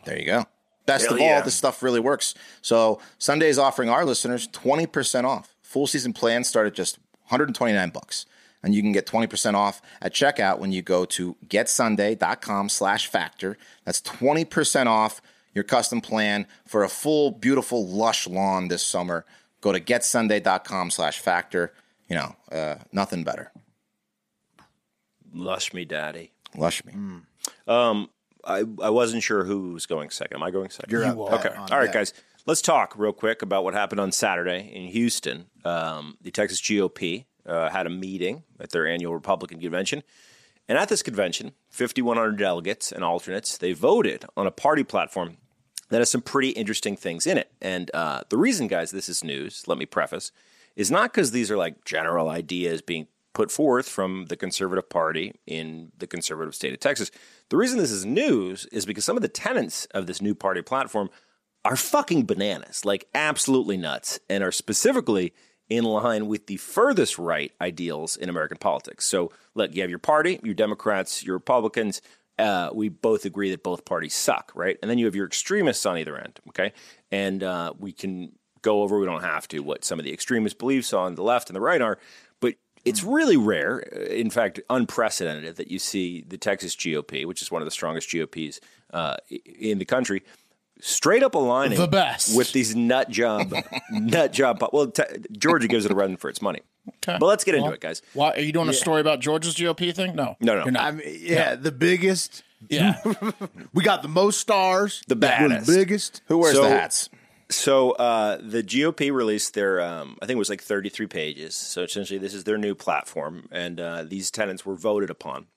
There you go. Best
Hell
of
yeah.
all, this stuff really works. So Sunday is offering our listeners 20% off. Full season plans start at just 129 bucks. And you can get 20% off at checkout when you go to getsunday.com slash factor. That's 20% off your custom plan for a full, beautiful, lush lawn this summer. Go to getsunday.com slash factor. You know, uh, nothing better.
Lush me, daddy. Um,
Lush me.
I, I wasn't sure who was going second. Am I going 2nd
You're up, Pat,
okay.
on
All right,
that.
guys. Let's talk real quick about what happened on Saturday in Houston. Um, the Texas GOP uh, had a meeting at their annual Republican convention. And at this convention, 5,100 delegates and alternates, they voted on a party platform that has some pretty interesting things in it. And uh, the reason, guys, this is news, let me preface, is not because these are like general ideas being put forth from the conservative party in the conservative state of Texas. The reason this is news is because some of the tenets of this new party platform are fucking bananas, like absolutely nuts, and are specifically in line with the furthest right ideals in American politics. So, look, you have your party, your Democrats, your Republicans. Uh, we both agree that both parties suck, right? And then you have your extremists on either end, okay? And uh, we can go over, we don't have to, what some of the extremist beliefs on the left and the right are. But it's really rare, uh, in fact, unprecedented, that you see the Texas GOP, which is one of the strongest GOPs uh, i- in the country, straight up aligning
The best.
with these nut
*laughs*
job, nut job. po- Well, te- Georgia gives it a run for its money. But let's get into
Well,
it, guys.
Why are you doing a story about Georgia's GOP thing? No,
No, Uh, no.
You're
*laughs*
not.
I mean, yeah, the biggest.
yeah,
We got the most stars.
The
We're
baddest.
The biggest.
Who wears
So-
the hats?
So uh, the GOP released their, um, I think it was like 33 pages. So essentially, this is their new platform, and uh, these tenants were voted upon.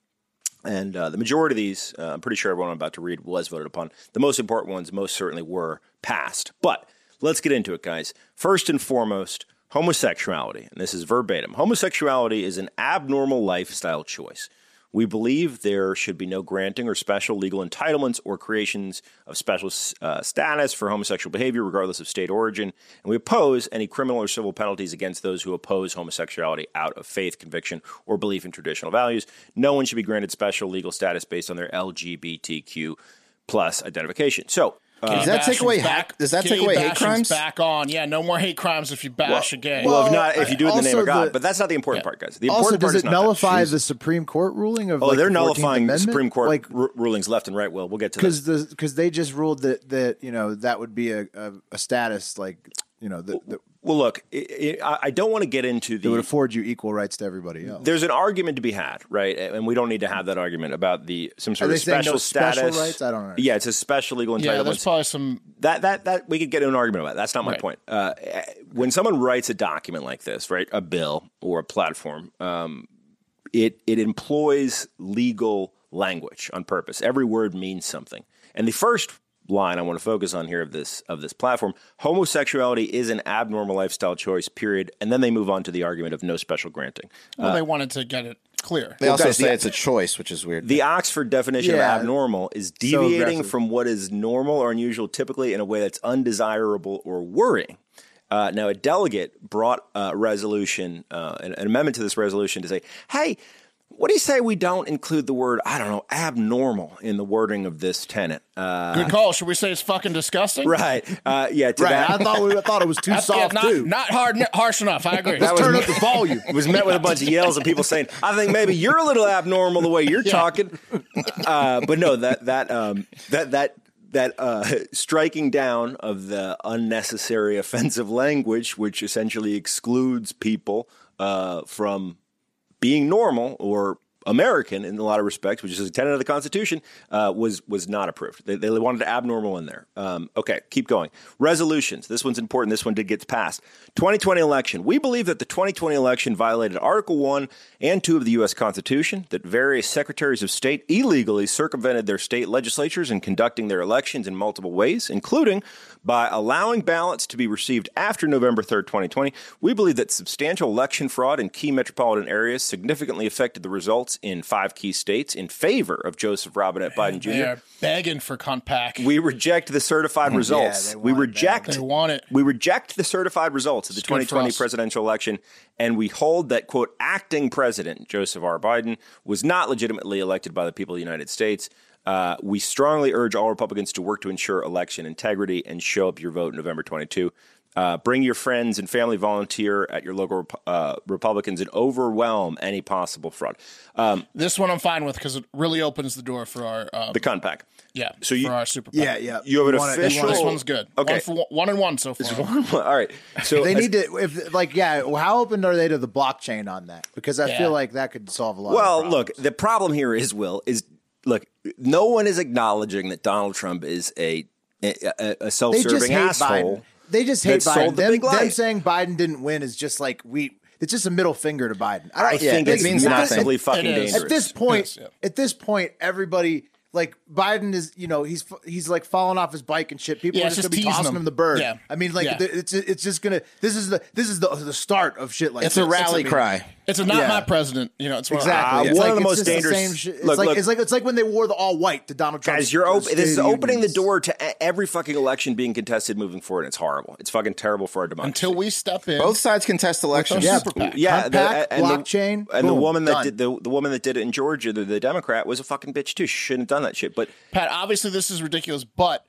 And uh, the majority of these, uh, I'm pretty sure everyone I'm about to read was voted upon. The most important ones most certainly were passed. But let's get into it, guys. First and foremost, homosexuality. And this is verbatim homosexuality is an abnormal lifestyle choice. We believe there should be no granting or special legal entitlements or creations of special uh, status for homosexual behavior, regardless of state origin. And we oppose any criminal or civil penalties against those who oppose homosexuality out of faith, conviction, or belief in traditional values. No one should be granted special legal status based on their LGBTQ plus identification. So, uh,
Does that take away hack?
back,
Does that
gay
take away hate
bashing's
crimes?
Back on, yeah. No more hate crimes if you bash a gay.
well, if not, if you do it in the name
also
of God,
the-
but that's not the important part, guys. The important
Also,
part
does
is
it
not that.
nullify the Supreme Court ruling of?
Oh,
like,
they're
the 14th
nullifying
Amendment?
Supreme Court
like
ru- rulings left and right. Well, we'll get to that.
because the because they just ruled that that you know that would be a a, a status like you know that that
Well, look, i i I I don't want to get into
would
the
afford you equal rights to everybody else.
there's an argument to be had, right? And we don't need to have that argument about the some sort
Are
of
they saying
special
no
status.
special rights? I don't know.
Yeah, it's a special legal
yeah,
entitlement.
there's probably some.
that that that we could get in an argument about. That's not my
Right.
point. Uh, when someone writes a document like this, right, a bill or a platform, um, it it employs legal language on purpose. Every word means something. And the first line I want to focus on here of this of this platform, homosexuality is an abnormal lifestyle choice. Period. And then they move on to the argument of no special granting.
Well, they wanted to get it clear.
They also
guys,
say
the-
it's a choice, which is weird.
The Oxford definition
Yeah.
of abnormal is deviating
aggressive.
from what is normal or unusual, typically in a way that's undesirable or worrying. Uh, now, a delegate brought a resolution, uh, an, an amendment to this resolution to say, hey, what do you say we don't include the word, I don't know, abnormal in the wording of this tenant? Uh,
Good call. Should we say it's fucking disgusting?
right. *laughs* Uh, yeah. To
Right,
that-
I thought we, I thought it was too
That's- yeah,
soft
not,
too.
not hard, harsh enough. I agree.
was
Turn
me-
up the volume.
*laughs* It was met with a
*laughs*
bunch of yells and people saying, "I think maybe you're a little abnormal the way you're talking." Uh, but no, that that um, that that that uh, striking down of the unnecessary offensive language, which essentially excludes people uh, from being normal or American in a lot of respects, which is a tenet of the Constitution, uh, was was not approved. They, they wanted abnormal in there. Um, okay, keep going. Resolutions. This one's important. This one did get passed. 2020 election. We believe that the 2020 election violated Article One and Two of the U.S. Constitution. That various secretaries of state illegally circumvented their state legislatures in conducting their elections in multiple ways, including by allowing ballots to be received after November 3rd, 2020, we believe that substantial election fraud in key metropolitan areas significantly affected the results in five key states in favor of Joseph Robinette Biden Jr.
They are begging for compact.
We reject the certified results. we reject.
They want it.
We reject the certified results of the
It's good for
2020
us.
presidential election, and we hold that quote acting president Joseph R. Biden was not legitimately elected by the people of the United States. Uh, we strongly urge all Republicans to work to ensure election integrity and show up your vote November 22. Uh, bring your friends and family, volunteer at your local Rep- uh, Republicans, and overwhelm any possible fraud. Um,
this one I'm fine with because it really opens the door for our um,
the Compact.
yeah
So you-
for our super PAC.
yeah, yeah.
You have an
wanna-
official-
wanna-
This one's good.
Okay.
one, for one, one and one so far.
*laughs* All right. So
They need to if like yeah. well, How open are they to the blockchain on that? Because I
Yeah.
feel like that could solve a lot.
Well,
of problems.
look, the problem here is Will is look. No one is acknowledging that Donald Trump is a a, a- a
they just
self-serving
hate
asshole.
Biden. They just hate
that sold
Biden.
the
Them,
big lie.
them saying Biden didn't win is just like we. It's just a middle finger to Biden. I, don't,
I think
they-
it's
at this-
massively
It
fucking
is.
dangerous.
At this point,
Yes, yeah.
at this point, everybody like Biden is, you know, he's he's like falling off his bike and shit. People
Yeah,
are
it's
just,
just
gonna be
teasing
tossing
him.
him the bird.
Yeah.
I mean, like
Yeah.
the, it's it's just gonna. This is the this is the the start of shit like
It's a
this.
rally
It's
cry.
It's a not
Yeah.
my president. You know, it's one of-
Exactly.
Ah,
It's like,
one of the
it's
most
just
dangerous-
same shit. It's
Look,
like
look.
it's like it's like when they wore the all white to Donald Trump.
Guys, you're open. This is opening the door to a- every fucking election being contested moving forward. and It's horrible. It's fucking terrible for our democracy.
until we step in.
Both sides contest elections.
Yeah.
Super-
PAC.
yeah,
Compact,
and
blockchain,
and the
boom,
woman that
done.
did the, the woman that did it in Georgia, the, the Democrat, was a fucking bitch too. She shouldn't have done that shit. But
Pat, obviously this is ridiculous, but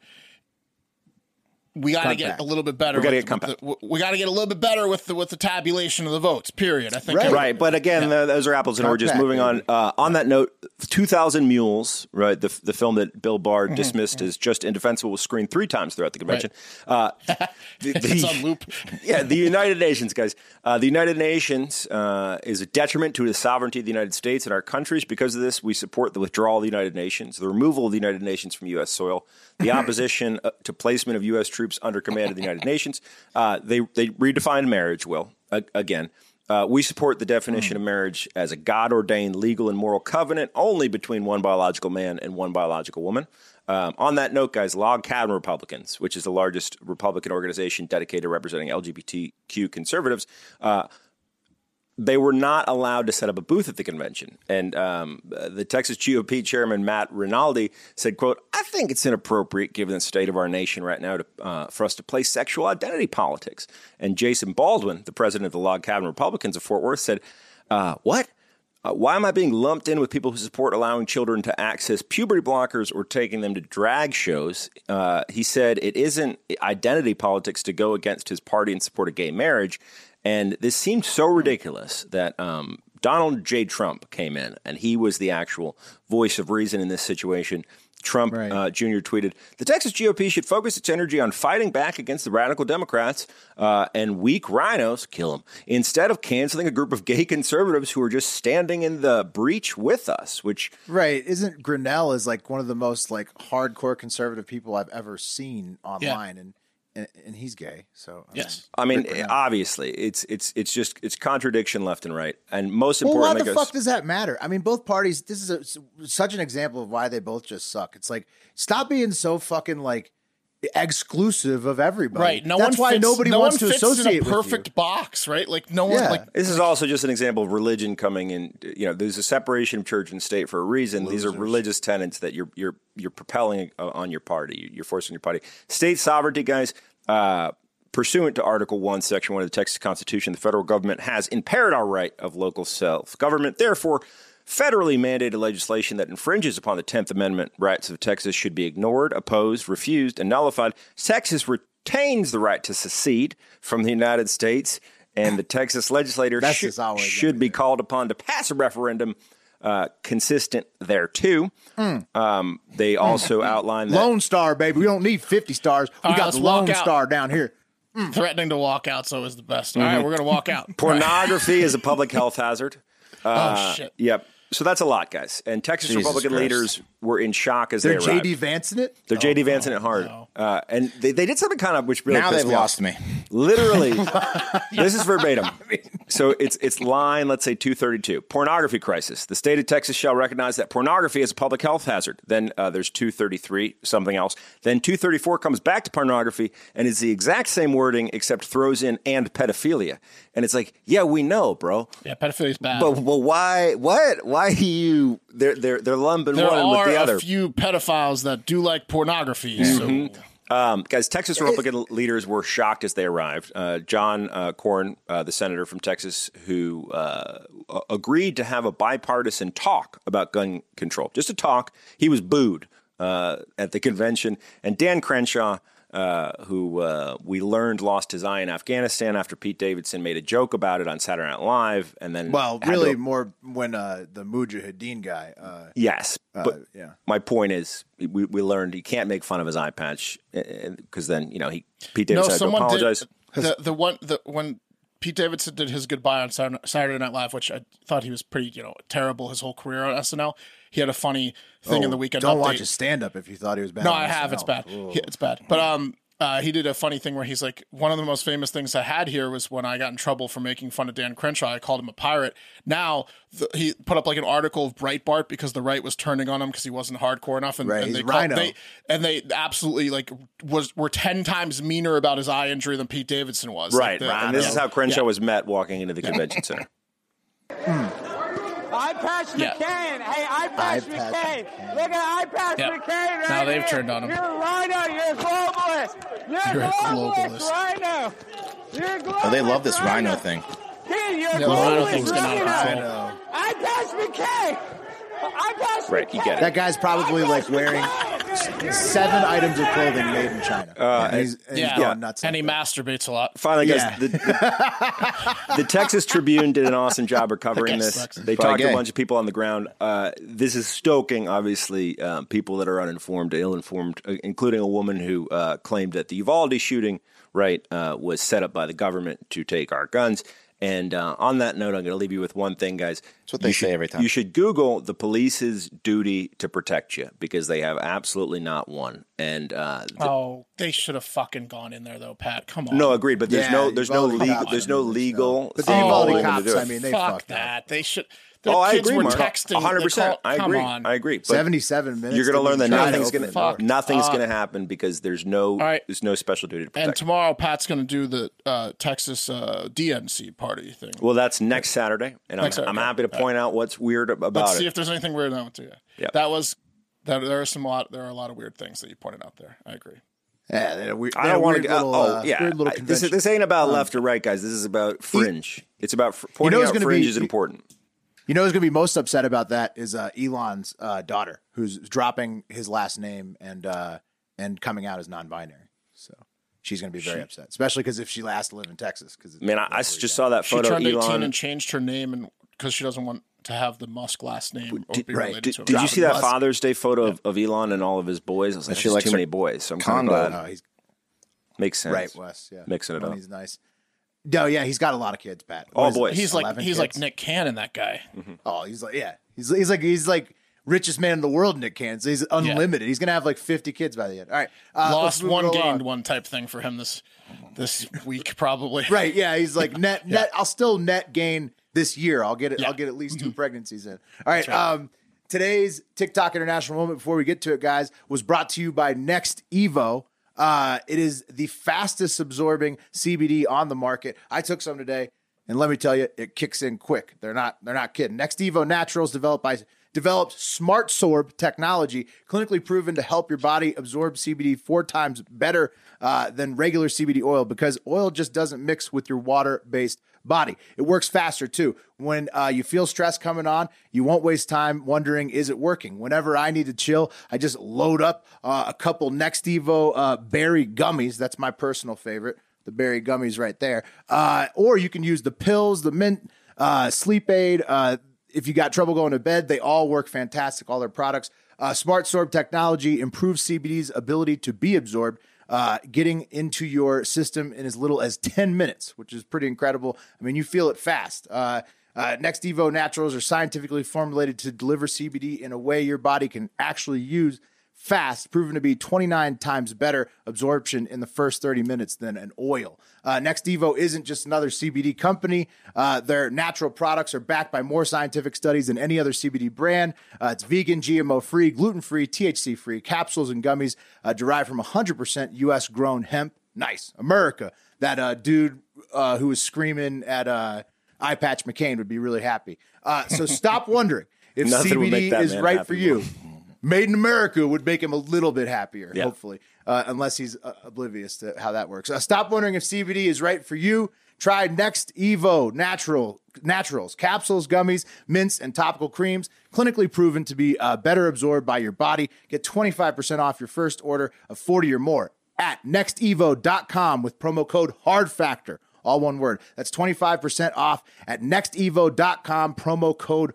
we got to get
Compact.
a little bit better.
We gotta
with
get
the- with the- we got to get a little bit better with the with the tabulation of the votes. Period. I think.
Right.
every-
Right, but again, th- those are apples and oranges.
back,
Moving on. Uh, on that note, Two Thousand Mules, right? The, the film that Bill Barr dismissed as just indefensible was screened three times throughout the convention. Uh, the,
*laughs*
It's on loop.
*laughs* yeah, the United Nations, guys. Uh, the United Nations uh, is a detriment to the sovereignty of the United States and our countries. Because of this, we support the withdrawal of the United Nations, the removal of the United Nations from U.S. soil,
*laughs*
the opposition uh, to placement of U.S. troops under command of the United Nations. Uh, they they redefined marriage. Will a- again. Uh, we support the
Hmm.
definition of marriage as a God ordained legal and moral covenant only between one biological man and one biological woman. Um, on that note, guys, Log Cabin Republicans, which is the largest Republican organization dedicated to representing LGBTQ conservatives, uh, they were not allowed to set up a booth at the convention. And um, uh, the Texas GOP chairman, Matt Rinaldi, said, quote, I think it's inappropriate given the state of our nation right now to, uh, for us to play sexual identity politics. And Jason Baldwin, the president of the Log Cabin Republicans of Fort Worth, said, uh, what? Uh, why am I being lumped in with people who support allowing children to access puberty blockers or taking them to drag shows? Uh, he said it isn't identity politics to go against his party in support of gay marriage. And this seemed so ridiculous that um, Donald J. Trump came in and he was the actual voice of reason in this situation. Trump uh, Jr. tweeted, The Texas GOP should focus its energy on fighting back against the radical Democrats uh, and weak rhinos, kill them, instead of canceling a group of gay conservatives who are just standing in the breach with us, which
Right. Isn't Grinnell is like one of the most like hardcore conservative people I've ever seen online and and, and he's gay. So I mean,
Yes.
I mean, obviously, it's it's it's just it's contradiction left and right, and most
Well, why
importantly,
the
goes,
fuck does that matter? I mean, both parties. This is a, s- such an example of why they both just suck. It's like stop being so fucking like exclusive of everybody.
Right. No
That's
one
why
fits,
nobody
no
wants
one
to
fits
associate
in a
with you.
perfect box, right? Like no one
Yeah.
like
This is also just an example of religion coming in. You know, there's a separation of church and state for a reason. These are religious tenets that you're you're you're propelling uh, on your party. You're forcing your party. State sovereignty, guys. Uh, Pursuant to Article 1, Section 1 of the Texas Constitution, the federal government has impaired our right of local self government. Therefore, federally mandated legislation that infringes upon the 10th Amendment rights of Texas should be ignored, opposed, refused, and nullified. Texas retains the right to secede from the United States, and the Texas legislature
That's
should,
just always gonna
should be called upon to pass a referendum uh, consistent thereto. Um, they also outline that.
Lone Star, baby. We don't need fifty stars. We
right,
got
let's
the Lone
walk out.
Star down here.
threatening to walk out. So is the best. All right,
Mm-hmm.
we're gonna
*laughs*
walk out.
Pornography is a public health hazard.
Uh,
Uh,
oh shit.
Yep. So that's a lot, guys. And Texas Republican
Christ.
leaders were in shock as
They're
they arrived.
JD Vance in it.
They're JD Vance and at heart. Uh, and they, they did something kind of which really
now
pissed
they've
me off.
lost me.
*laughs*
Literally, this is verbatim. So it's it's line, let's say 232. Pornography crisis. The state of Texas shall recognize that pornography is a public health hazard. Then uh, there's 233, something else. Then 234 comes back to pornography and is the exact same wording except throws in and pedophilia. And it's like, yeah, we know, bro.
Yeah, pedophilia is bad.
But well, why? What? Why do you? They're they're they're lumping
there
one
are
with the
a
other.
few pedophiles that do like pornography.
Mm-hmm.
So
Um, guys, Texas Republican leaders were shocked as they arrived. Uh, John uh, Corn, uh, the senator from Texas, who uh, a- agreed to have a bipartisan talk about gun control, just a talk, he was booed uh, at the convention. And Dan Crenshaw, uh, who uh, we learned lost his eye in Afghanistan after Pete Davidson made a joke about it on Saturday Night Live, and then
Well,
had to-
really, more when uh, the Mujahideen guy. Uh,
Yes, but
yeah.
my point is, we, we learned you can't make fun of his eye patch because then you know he Pete
no,
Davidson had to
someone
apologize.
did the the one the when Pete Davidson did his goodbye on Saturday Saturday Night Live, which I thought he was pretty you know terrible his whole career on SNL. He had a funny thing in the weekend.
Oh, don't
update.
watch his stand up if you thought he was bad.
Oh,
No,
on
I have. It's
SNL.
bad. He- It's bad. But um, uh, he did a funny thing where he's like, one of the most famous things I had here was when I got in trouble for making fun of Dan Crenshaw. I called him a pirate. Now the, he put up like an article of Breitbart because the right was turning on him because he wasn't hardcore enough, and,
Right,
and
he's
they
a rhino.
they and they absolutely like was were ten times meaner about his eye injury than Pete Davidson was. Like,
right,
the-
right. and this is how Crenshaw was met walking into the convention center.
iPatch
Yeah.
McCain. Hey, iPatch
iPatch
McCain. Look at iPatch
Yep.
McCain right
Now they've
here.
turned on him.
You're a rhino. You're a globalist. You're,
You're a
a globalist,
globalist.
rhino. You're a globalist.
Oh, they love this rhino thing.
Dude, you're a
Yeah, the rhino thing's
globalist
getting out of
rhino. iPatch
control.
McCain. iPatch
Right, you get it.
That guy's probably like wearing seven items of clothing made in China.
Uh,
and he's, and he's
Yeah.
going nuts.
and he masturbates a lot.
Finally, I
Yeah.
guess the, the, the Texas Tribune did an awesome job of covering
Texas
this.
sucks.
They
Probably
talked to
gay.
a bunch of people on the ground. Uh, this is stoking, obviously, um, people that are uninformed, ill-informed, uh, including a woman who uh, claimed that the Uvalde shooting, right, uh, was set up by the government to take our guns. And uh, on that note, I'm going to leave you with one thing, guys. That's
what they say every time.
You should Google the police's duty to protect you because they have absolutely not one. And uh, the-
Oh, they should have fucking gone in there though, Pat. Come on.
no, agreed. But there's
Yeah,
no, there's no
Uvalde
legal,
cops
there's no
don't do this,
legal.
But the
thing
Uvalde
for them Oh, to
cops,
do it.
I mean, they
fuck
fucked up.
that. They should. Their
oh, I
kids
agree,
were
Mark.
texting. they
100%.
call-
I
come
agree.
on.
I agree. But
77 minutes.
You're going to learn that
Try to
nothing's
open
going
the door.
to nothing's going to happen because there's no
right.
there's no special duty to protect.
And tomorrow, Pat's going to do the uh, Texas uh, DNC party thing.
well, that's next Saturday, and
Next
I'm,
Saturday.
I'm happy to point out what's weird ab- about
Let's
it.
see if there's anything weird in that one too.
Yeah.
That was that. There are some lot. There are a lot of weird things that you pointed out there. I agree.
Yeah, they had a weird,
I don't want to.
Little,
oh,
uh,
yeah.
Weird little
I- this,
convention.
this ain't about left or right, guys. This is about fringe. it's about fr- pointing
who's
out
gonna
fringe
be-
is
he-
important.
You know who's going to be most upset about that is uh, Elon's uh, daughter, who's dropping his last name and uh, and coming out as non-binary. So she's going to be very upset, especially because if she last lived in Texas, because
Man, I, I just saw that
She
photo.
turned
Elon.
18 and changed her name, and because she doesn't want to have the Musk last name or be
right.
related
Did,
to him.
did you see that
Musk.
Father's Day photo of, of Elon and all of his boys? I was like,
she
she
likes
too
her
many boys. So I'm kind
condo.
of glad.
Oh, he's
Makes sense.
right, Wes. Yeah, Oh,
Mixing it up. Oh,
He's nice. No, yeah, he's got a lot of kids, Pat.
All
What is it,
boys.
He's like
11
he's like
kids?
Nick Cannon, that guy.
Oh, he's like yeah, he's he's like he's like richest man in the world, Nick Cannon. So he's unlimited. He's going to have like fifty kids by the end. All right, uh, let's
Lost
move
one,
it
gained
along.
one type thing for him this this week probably.
Right. Yeah. He's like net net. I'll still net gain this year. I'll get it.
Yeah. Mm-hmm.
I'll get at least two pregnancies in. All right. Um, today's TikTok international moment. Before we get to it, guys, was brought to you by Next Evo. Uh, it is the fastest absorbing CBD on the market. I took some today, and let me tell you, it kicks in quick. They're not. They're not kidding. Next Evo Naturals developed by developed smart sorb technology clinically proven to help your body absorb cbd four times better uh, than regular cbd oil because oil just doesn't mix with your water-based body it works faster too when uh, you feel stress coming on you won't waste time wondering is it working whenever i need to chill i just load up uh, a couple next evo uh, berry gummies that's my personal favorite the berry gummies right there uh, or you can use the pills the mint uh, sleep aid uh, if you got trouble going to bed, they all work fantastic. All their products, uh, smart sorb technology improves CBD's ability to be absorbed, uh, getting into your system in as little as ten minutes, which is pretty incredible. I mean, you feel it fast. Uh, uh, Next Evo Naturals are scientifically formulated to deliver CBD in a way your body can actually use fast, proven to be 29 times better absorption in the first 30 minutes than an oil. Uh, Next Evo isn't just another CBD company. Uh, their natural products are backed by more scientific studies than any other CBD brand. Uh, it's vegan, GMO free, gluten free, THC free, capsules and gummies uh, derived from 100% US grown hemp. Nice. America. That uh, dude uh, who was screaming at uh, Eye Patch McCain would be really happy. Uh, so
*laughs*
stop wondering if
Nothing would make
CBD
that
is
man
right
happy
for
more.
you. Made in America would make him a little bit happier,
Yeah.
hopefully, uh, unless he's uh, oblivious to how that works. Uh, stop wondering if CBD is right for you. Try Next Evo Natural Naturals capsules, gummies, mints, and topical creams, clinically proven to be uh, better absorbed by your body. Get 25% off your first order of 40 or more at nextevo.com with promo code HARDFACTOR, all one word. That's 25% off at nextevo.com, promo code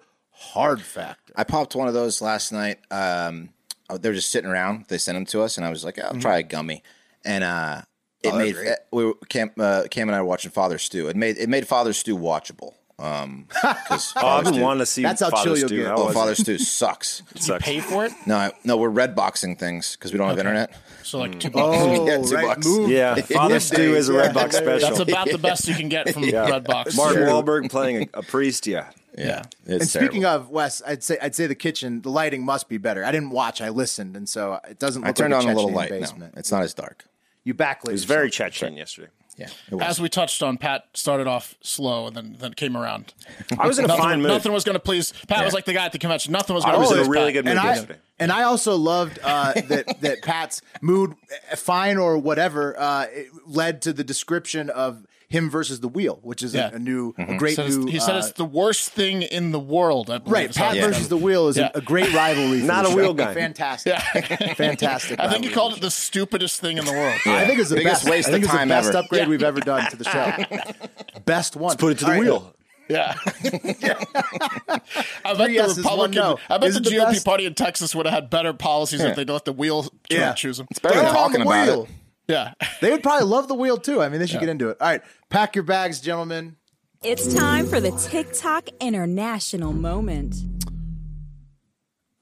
HARDFACTOR.
I popped one of those last night. Um, oh, they were just sitting around. They sent them to us, and I was like, "Oh, "I'll try a gummy." And uh,
Oh,
it made eh, we were, Cam, uh, Cam and I were watching Father Stew. It made it made Father Stew watchable. *laughs* Um, because
Oh, I've
Father,
been wanting to see
That's how
Father
chill you'll
Stew.
get.
How
oh,
was
Father
it?
*laughs* Stew sucks.
Sucks.
Pay for it.
No, I, no, we're red boxing things because we don't have internet.
So like two *laughs* bucks.
Oh,
Yeah, two
right.
bucks.
Move.
Yeah, Father
Middays,
Stew is a
yeah.
Red Box special.
That's about the best you can get
*laughs*
from Redbox.
Mark Wahlberg playing a, a priest. Yeah,
Yeah, it's
And speaking of Wes, I'd say I'd say the kitchen, the lighting must be better. I didn't watch, I listened, and so it doesn't. Look
I turned
like
on a little
Chechen
light.
Basement.
No, it's not as dark.
You backlit.
it was very Chechen yesterday.
Yeah, it was.
As we touched on, Pat started off slow and then then came around.
I was in a
nothing,
fine mood.
nothing was going to please. Pat was like the guy at the convention. Nothing was
I
going to
was in
please.
a really
Pat.
good mood
and I
yesterday.
and I also loved uh, that that Pat's mood, eh, fine or whatever, uh, it led to the description of him versus the wheel, which is a-
Yeah.
a, new, a great
Said it's-
new.
he said
uh,
it's the worst thing in the world. I believe.
right.
is how
Pat
he
versus
said it.
the wheel is a-
Yeah.
a, great rivalry. For
Not
the
a
show.
wheel gun.
Fantastic. *laughs* Fantastic.
I think he
rivalry.
called it the stupidest thing in
*laughs*
the world.
I think it's the
Biggest
best.
waste
I think
of
it's
time
the best
ever.
upgrade we've ever done to the show. best one.
Put it to the
All right.
wheel.
*laughs* Yeah. I bet
Three
the
yeses, one
Republican,
no.
I bet
Is it
the
the
GOP
best?
party in Texas would have had better policies if they let the wheel
Yeah.
choose them.
better
Throw
than
it on
talking
the
about
wheel.
it.
Yeah.
They would probably love the wheel too. I mean, they should get into it. All right, pack your bags, gentlemen.
It's time for the TikTok International Moment.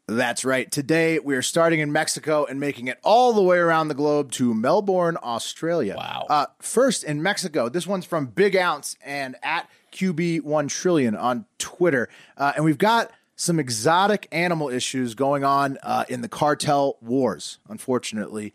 That's right. Today we are starting in Mexico and making it all the way around the globe to Melbourne, Australia. Wow. Uh, first in Mexico, this one's from Big Ounce and at QB One Trillion on Twitter, uh, and we've got some exotic animal issues going on uh, in the cartel wars. Unfortunately,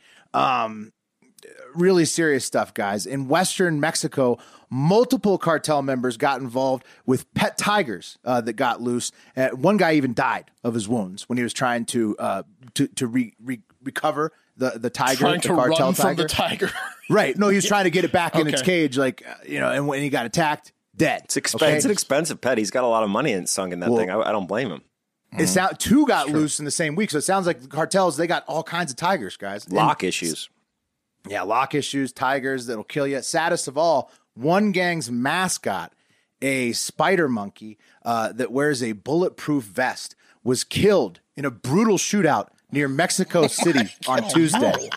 really serious stuff, guys. In Western Mexico, multiple cartel members got involved with pet tigers uh, that got loose. Uh, one guy even died of his wounds when he was trying to uh, to, to re, re, recover the the tiger,
*laughs* Trying
the
to run
cartel
from the
tiger.
tiger. *laughs*
right? No, he was trying to get it back in its
Okay.
cage, like uh, you know. And when he got attacked, dead.
It's, expen- it's an expensive pet. He's got a lot of money in, sunk in that
Well-
thing. I, I don't blame him.
It sound two got loose in the same week, so it sounds like the cartels they got all kinds of tigers, guys. And-
Lock issues.
Yeah, lock issues, tigers that'll kill you. Saddest of all, one gang's mascot, a spider monkey uh, that wears a bulletproof vest, was killed in a brutal shootout near
*laughs* Oh
Mexico City on Tuesday.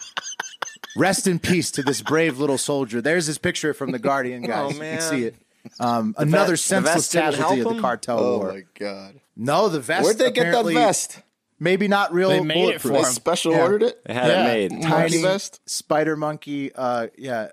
Rest in peace to this brave little soldier. There's his picture from the
*laughs*
Guardian, guys. you can
Oh, man.
see it. Um, another
vest- the
senseless
vest didn't
casualty
help
of the
him?
cartel
Oh
war.
god!
No, the vest.
Where'd they get that
apparently-
vest?
Maybe not real.
They made it for
bulletproof.
him.
Special ordered it.
They had
Yeah.
it made.
tiny
vest?
spider monkey uh yeah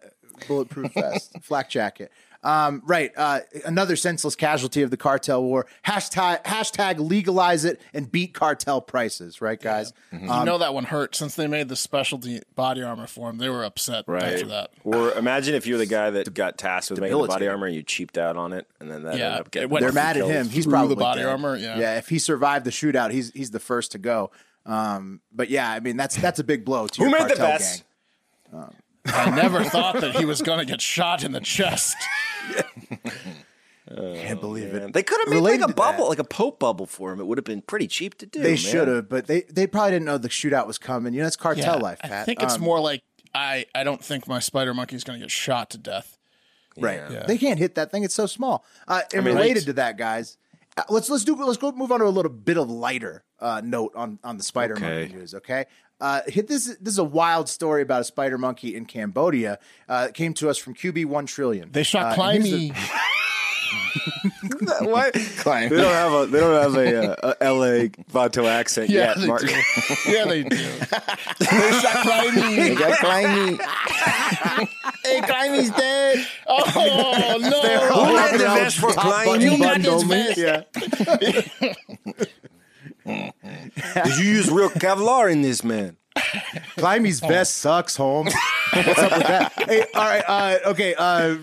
bulletproof vest flak jacket um right uh another senseless casualty of the cartel war hashtag hashtag legalize it and beat cartel prices right guys Uh,
you know that one hurt since they made the specialty body armor for him. They were upset after that.
Or imagine if you're the guy that got tasked with making the body
Debilitating.
armor and you cheaped out on it, and then that
Yeah,
ended up getting
it went-
they're
fucking
mad at
killed.
him he's
through
probably
the body
dead.
armor, yeah.
yeah if he survived the shootout he's he's the first to go um but yeah i mean that's that's a big blow to
Who
your
made the
cartel
vest?
gang.
I never thought that he was going to get shot in the chest.
can't believe it
Man, They could have made
Related
like a
to that-
bubble, like a pope bubble for him. It would have been pretty cheap to do.
they
man.
should have but they they probably didn't know the shootout was coming you know it's cartel life Pat.
I think it's
Um,
more like I, I don't think my spider monkey's going to get shot to death.
Right. They can't hit that thing. It's so small. Uh, and related to that, guys, uh, let's let's do let's go move on to a little bit of lighter uh, note on on the spider monkey news. Okay. Uh, hit this. This is a wild story about a spider monkey in Cambodia. Uh, it came to us from QB One Trillion.
They shot
Uh, and here's the-
Climby.
Why? they don't have a they don't have a, uh, a LA Vato accent
Yeah,
yet.
they
Mark.
do. *laughs* yeah, they do. they shot Climby.
got Climby. hey, Climby's dead.
*laughs* Oh no!
All
had the
around
vest for
top
Klein?
button,
You
button
his
only.
vest.
Yeah.
*laughs* Did you use real Kevlar in this man?
Climby's vest sucks, Holmes. What's up with that? Hey, all right, uh, okay. Uh,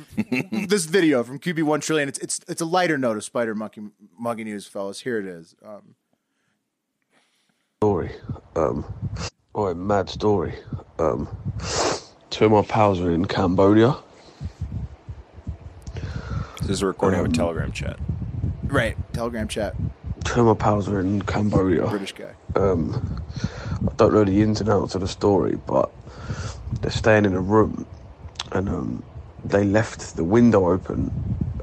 this video from QB One Trillion. It's it's it's a lighter note of Spider Monkey Monkey News, fellas. Here it is. Um,
story. Um, alright, mad story. Um, two of my pals were in Cambodia.
This is a recording of a Telegram chat.
right, Telegram chat,
Two of my pals were in Cambodia.
British guy.
Um, I don't know the ins and outs of the story, but they're staying in a room, and um, they left the window open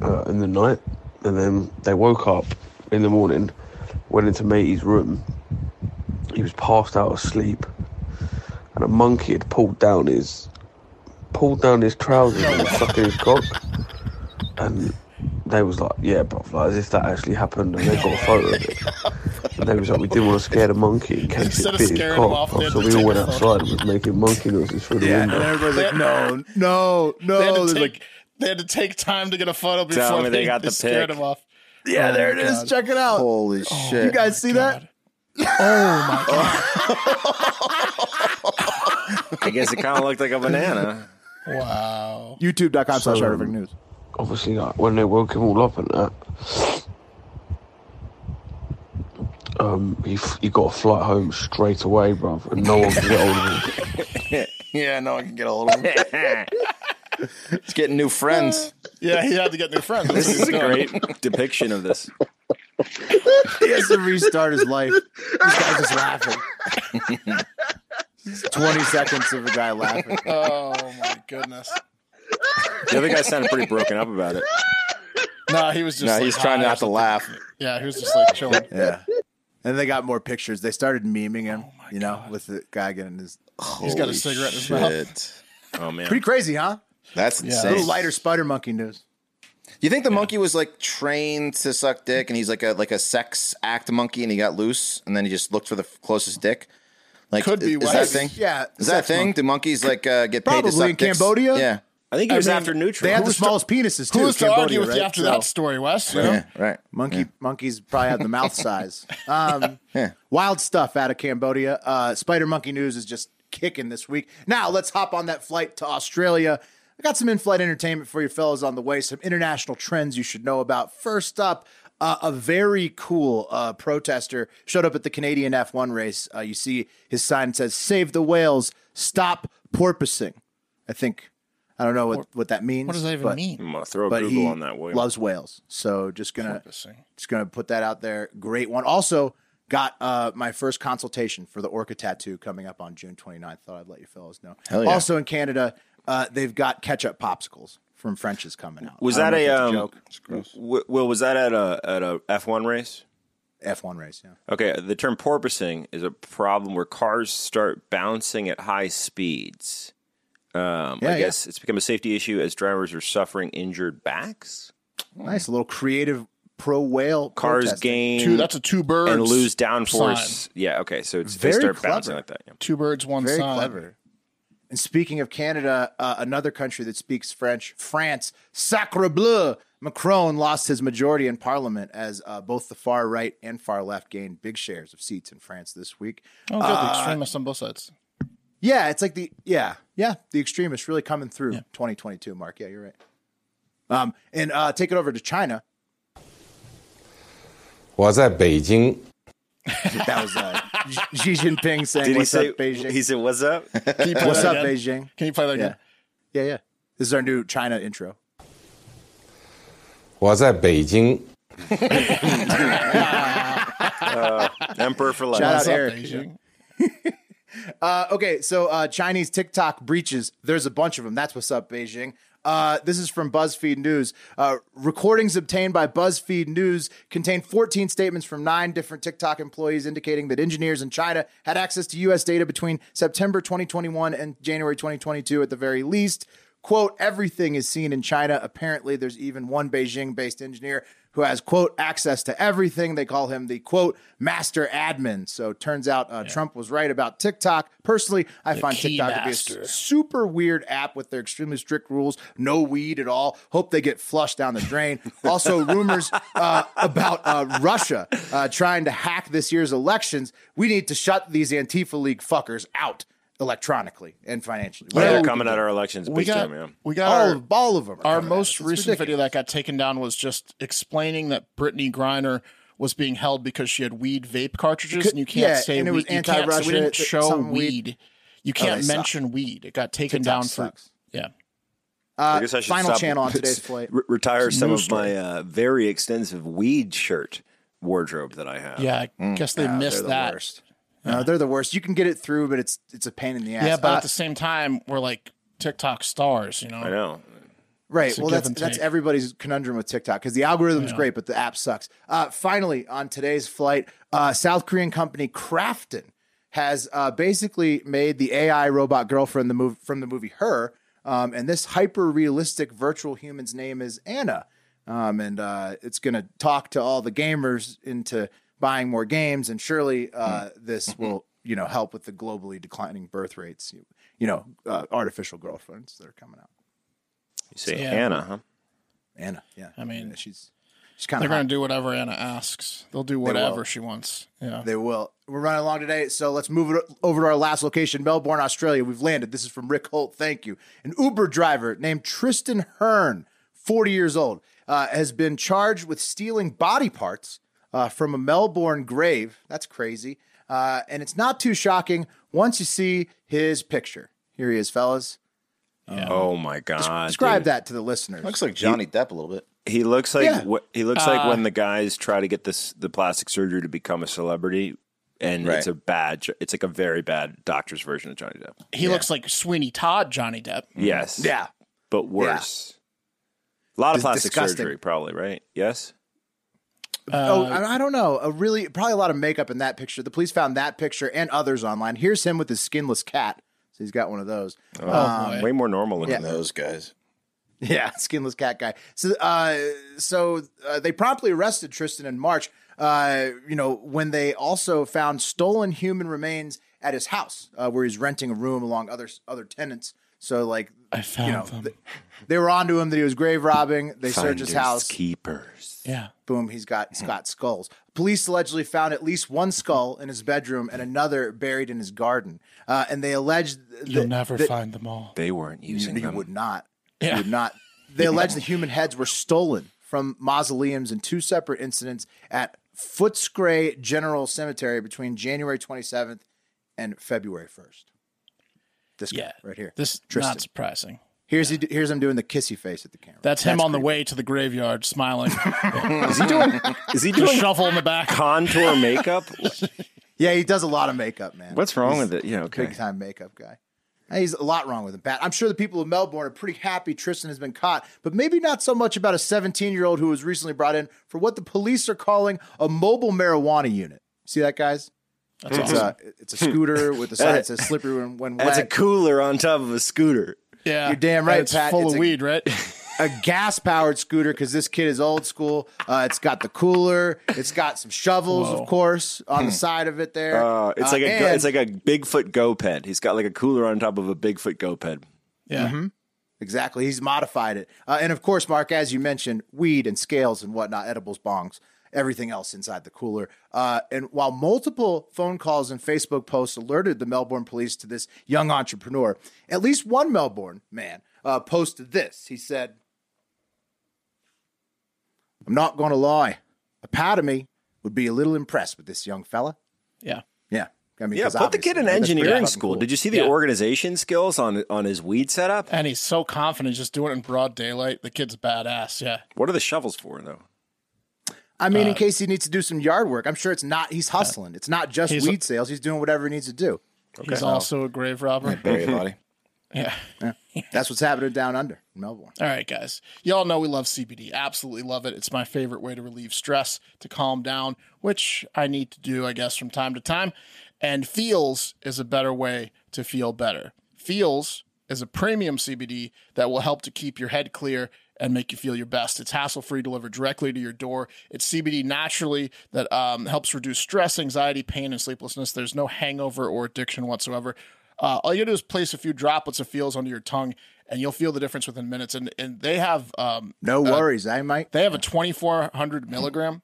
uh, in the night, and then they woke up in the morning, went into matey's room. He was passed out asleep, and a monkey had pulled down his pulled down his trousers and was sucking his cock, and. They was like, yeah, bro, like, as if that actually happened, and they got a photo of it. And they was like, we didn't want to scare the monkey in case
Instead
it
of
bit his
scaring him
cock.
off, they had
So
to
we
take
all
a
went
photo.
outside and was making monkey noises through the
Yeah, and
window.
everybody's like, no, no,
They
no.
had to
There's
take
like,
they had to take time to get a photo before
me
they,
they got the
scared
pic.
him off.
yeah,
Oh
there it
my
is.
God.
Check it out.
Holy
Oh.
shit!
you guys see that?
I guess it kind of looked like a *laughs* banana.
Wow.
YouTube.com slash
So, um,
Artific News.
Obviously, like when they woke him all up and that, um, he f- he got a flight home straight away, bruv, and no one could get hold of him.
Yeah, no one can get a hold of him. It's getting new friends.
Yeah, he had to get new friends.
*laughs* This is a great depiction of this.
he has to restart his life. This guy's just *laughs* laughing. 20 seconds of a guy laughing.
Oh my goodness.
The other guy sounded pretty broken up about it.
*laughs* No, he was just.
no,
like,
he's trying
high or
not to
something.
laugh.
Yeah, he was just like chilling.
Yeah. And they got more pictures. They started memeing him,
Oh
you know, with the guy getting his.
He's got a cigarette in his mouth.
Oh man,
Pretty crazy, huh?
That's
Yeah.
A
insane.
little lighter spider monkey news.
You think the monkey was like trained to suck dick, and he's like a like a sex act monkey, and he got loose, and then he just looked for the f- closest dick. Like,
Could be
is that a
wise.
thing?
Yeah,
is that a
sex
thing?
monkey.
Do monkeys like uh, get paid
Probably
to suck
in
dicks?
Cambodia.
Yeah,
I think he was after
They
neutral.
had the smallest penises too.
Who was to
Cambodia,
argue with
right?
you after
So-
that story, Wes? You know?
yeah, right.
Monkey monkeys probably have the
*laughs*
mouth size. Um,
Yeah.
Wild stuff out of Cambodia. Uh, Spider Monkey News is just kicking this week. Now let's hop on that flight to Australia. I got some in-flight entertainment for you fellas on the way. Some international trends you should know about. First up, uh, a very cool uh, protester showed up at the Canadian F1 race. Uh, you see his sign says "Save the whales, stop porpoising." I think I don't know what, what that means.
What does that even
but- mm.
mean?
I'm gonna throw
But
Google
he
on that. William.
loves whales, so just gonna
Porpoising.
just gonna put that out there. Great one. Also got uh, my first consultation for the orca tattoo coming up on June 29th. Thought I'd let you fellas know.
Hell yeah.
Also in Canada, uh, they've got ketchup popsicles from French's coming out.
was
I
that
don't
a,
know if
um,
that's joke?
w- Will? Was that at a at a F1 race? uh,
F1 race? Yeah.
Okay, the term porpoising is a problem where cars start bouncing at high speeds. Um,
Yeah, yeah.
I guess it's become a safety issue as drivers are suffering injured backs.
Nice a little creative pro whale
Cars
protesting.
gain
Two, that's a two birds
and lose downforce.
sign.
Yeah, okay, so it's
Very
they start
clever.
bouncing like that. Yeah.
Two birds, one
Very
sign.
clever. And speaking of Canada, uh, another country that speaks French, France, sacre bleu, Macron lost his majority in parliament as uh, both the far right and far left gained big shares of seats in France this week.
Oh, good. the
Ah.
extremists on both
*laughs*
sides.
Yeah, it's like the yeah, yeah, the extremists really coming through 2022, Mark. Yeah, you're right. Um, and uh, take it over to China. *laughs*
我在北京
That was uh, Xi Jinping saying,
Did he
"What's
say?
up, Beijing?
He said, "What's up?"
Can you play
What's
that
up,
again?
Beijing?"
Can you play that again?
Yeah, yeah, yeah. This is our new China intro.
我在北京
Emperor for life.
Shout out
What's up,
Eric.
Beijing?
Uh, okay, so uh, Chinese TikTok breaches. There's a bunch of them. That's what's up, Beijing. Uh, this is from BuzzFeed News. Uh, recordings obtained by BuzzFeed News contain 14 statements from nine different TikTok employees indicating that engineers in China had access to U.S. data between September 2021 and January 2022 at the very least. Quote, everything is seen in China. Apparently, there's even one Beijing based engineer who has, quote, access to everything. They call him the, quote, master admin. So turns out uh, Trump was right about TikTok. Personally, I find
key
TikTok to be
master.
a s- super weird app with their extremely strict rules. No weed at all. Hope they get flushed down the
*laughs*
drain. Also, rumors uh, about uh, Russia uh, trying to hack this year's elections. We need to shut these Antifa League fuckers out electronically and financially.
Oh,
Whatever
they're
we
coming at our elections
We
big
got,
time. Yeah.
we
can-
got
all,
our,
of, all of them. are
our
coming at us.
most
It's
recent video that got taken down was just explaining that Brittany Griner was being held because she had weed vape cartridges,
could-
and you can't
yeah,
say
and it was
weed. You can't, so
anti-Russia,
we didn't
th-
show
something weed. Oh,
weed. You
they
can't
suck.
mention weed. It got taken
TikTok
down
sucks. Uh,
for yeah.
I guess I should
final
stop-
channel
*laughs*
on today's flight.
re- retire some
news
of my uh, very extensive weed shirt wardrobe that I have.
Yeah, I guess they
They're
missed
the
that.
worst. No, they're the worst. You can get it through, but it's it's a pain in the ass.
Yeah, but
Uh,
at the same time, we're like TikTok stars, you know.
I know.
Right.
a
Well,
give
that's
and
that's
take.
everybody's conundrum with TikTok because the algorithm's great, but the app sucks. Uh, finally, on today's flight, uh, South Korean company Krafton has uh, basically made the AI robot girlfriend the move from the movie Her, um, and this hyper realistic virtual human's name is Anna, um, and uh, it's going to talk to all the gamers into buying more games, and surely uh,
Hmm.
this
*laughs*
will you know help with the globally declining birth rates. You, you know, uh, artificial girlfriends that are coming out.
You say
Yeah.
Anna, huh?
Anna. Yeah. I
mean,
she's she's kind
They're
of
gonna do whatever Anna asks. They'll do whatever she wants. Yeah.
They will. We're running along today, so let's move it over to our last location, Melbourne, Australia. We've landed. This is from Rick Holt. Thank you. An Uber driver named Tristan Hearn, 40 years old, uh, has been charged with stealing body parts uh, from a Melbourne grave. That's crazy. Uh, and it's not too shocking once you see his picture. Here he is, fellas.
oh my god!
Describe
dude.
that to the listeners.
Looks like Johnny Depp a little bit.
He looks like
Yeah.
wh- he looks
Uh,
like when the guys try to get this the plastic surgery to become a celebrity, and
Right.
it's a bad. jo- It's like a very bad doctor's version of Johnny Depp.
He looks like Sweeney Todd Johnny Depp.
Yes.
Mm-hmm. Yeah.
But worse. A lot of
Dis-
plastic
disgusting.
surgery, probably right? Yes.
oh, I I don't know. A really, probably a lot of makeup in that picture. The police found that picture and others online. Here's him with his skinless cat. So he's got one of those.
Oh, way more normal looking
yeah.
than
those guys.
*laughs* Yeah, *laughs* skinless cat guy. So, uh, so uh, they promptly arrested Tristan in March. Uh, you know, when they also found stolen human remains at his house, uh, where he's renting a room along other other tenants. So, like, I
found
you know,
them.
th- they were onto him that he was grave robbing. They searched his
Finders
house.
keepers.
Yeah.
Boom, he's got
Mm-hmm.
he's got skulls. Police allegedly found at least one skull in his bedroom and another buried in his garden. Uh, and they alleged that,
You'll never
that-
find them all.
They weren't using
you,
them.
would not.
Yeah.
You would not.
*laughs*
They alleged the human heads were stolen from mausoleums in two separate incidents at Footscray General Cemetery between January 27th and February 1st. This guy
Yeah.
right here.
This
Tristan.
not surprising.
Here's he, here's him doing the kissy face at the camera.
That's him on the way to the graveyard, smiling.
is he doing? Is he
The
doing
shuffle in the back?
Contour makeup.
Yeah, he does a lot of makeup, man.
What's wrong with it? Yeah, okay.
Big time makeup guy. Hey, He's a lot wrong with him, Pat. I'm sure the people of Melbourne are pretty happy Tristan has been caught, but maybe not so much about a 17 year old who was recently brought in for what the police are calling a mobile marijuana unit. See that, guys?
That's
it's,
awesome.
a, it's a scooter with a sign that says slippery when, when
Hmm. That's a
wet.
cooler on top of a scooter.
yeah,
You're damn right,
It's
Pat.
full
It's
of
a-
weed, right?
a gas powered scooter because this kid is old school. Uh, it's got the cooler, it's got some shovels,
Whoa.
of course, on
Hmm.
the side of it there.
Uh, it's
Uh,
like a go-
and-
it's like a Bigfoot go ped. He's got like a cooler on top of a Bigfoot go ped.
Yeah.
Mhm. Exactly. He's modified it. Uh, and of course, Mark, as you mentioned, weed and scales and whatnot, edibles, bongs, everything else inside the cooler. Uh, and while multiple phone calls and Facebook posts alerted the Melbourne police to this young entrepreneur, at least one Melbourne man uh, posted this. He said, I'm not going to lie. A part of me would be a little impressed with this young fella.
Yeah.
Yeah. I mean,
yeah,
'cause
put the kid
obviously,
in
man, that's pretty
engineering
fucking
school.
cool.
Did you see the
Yeah.
organization skills on on his weed setup?
And he's so confident, just doing it in broad daylight. The kid's badass. Yeah.
What are the shovels for though?
I mean, in
Uh,
case he needs to do some yard work, I'm sure it's not. He's hustling. it's not just
he's-
weed sales. He's doing whatever he needs to do.
He's
So,
also a grave robber. Yeah.
yeah. *laughs* That's what's happening down under in Melbourne.
All right, guys. Y'all know we love CBD. Absolutely love it. It's my favorite way to relieve stress, to calm down, which I need to do, I guess, from time to time. And Feels is a better way to feel better. Feels is a premium CBD that will help to keep your head clear and make you feel your best. It's hassle free, delivered directly to your door. It's CBD naturally that um, helps reduce stress, anxiety, pain, and sleeplessness. There's no hangover or addiction whatsoever. Uh, all you do is place a few droplets of feels under your tongue, and you'll feel the difference within minutes. And and they have um,
No worries, eh, I might.
they have a 2,400 milligram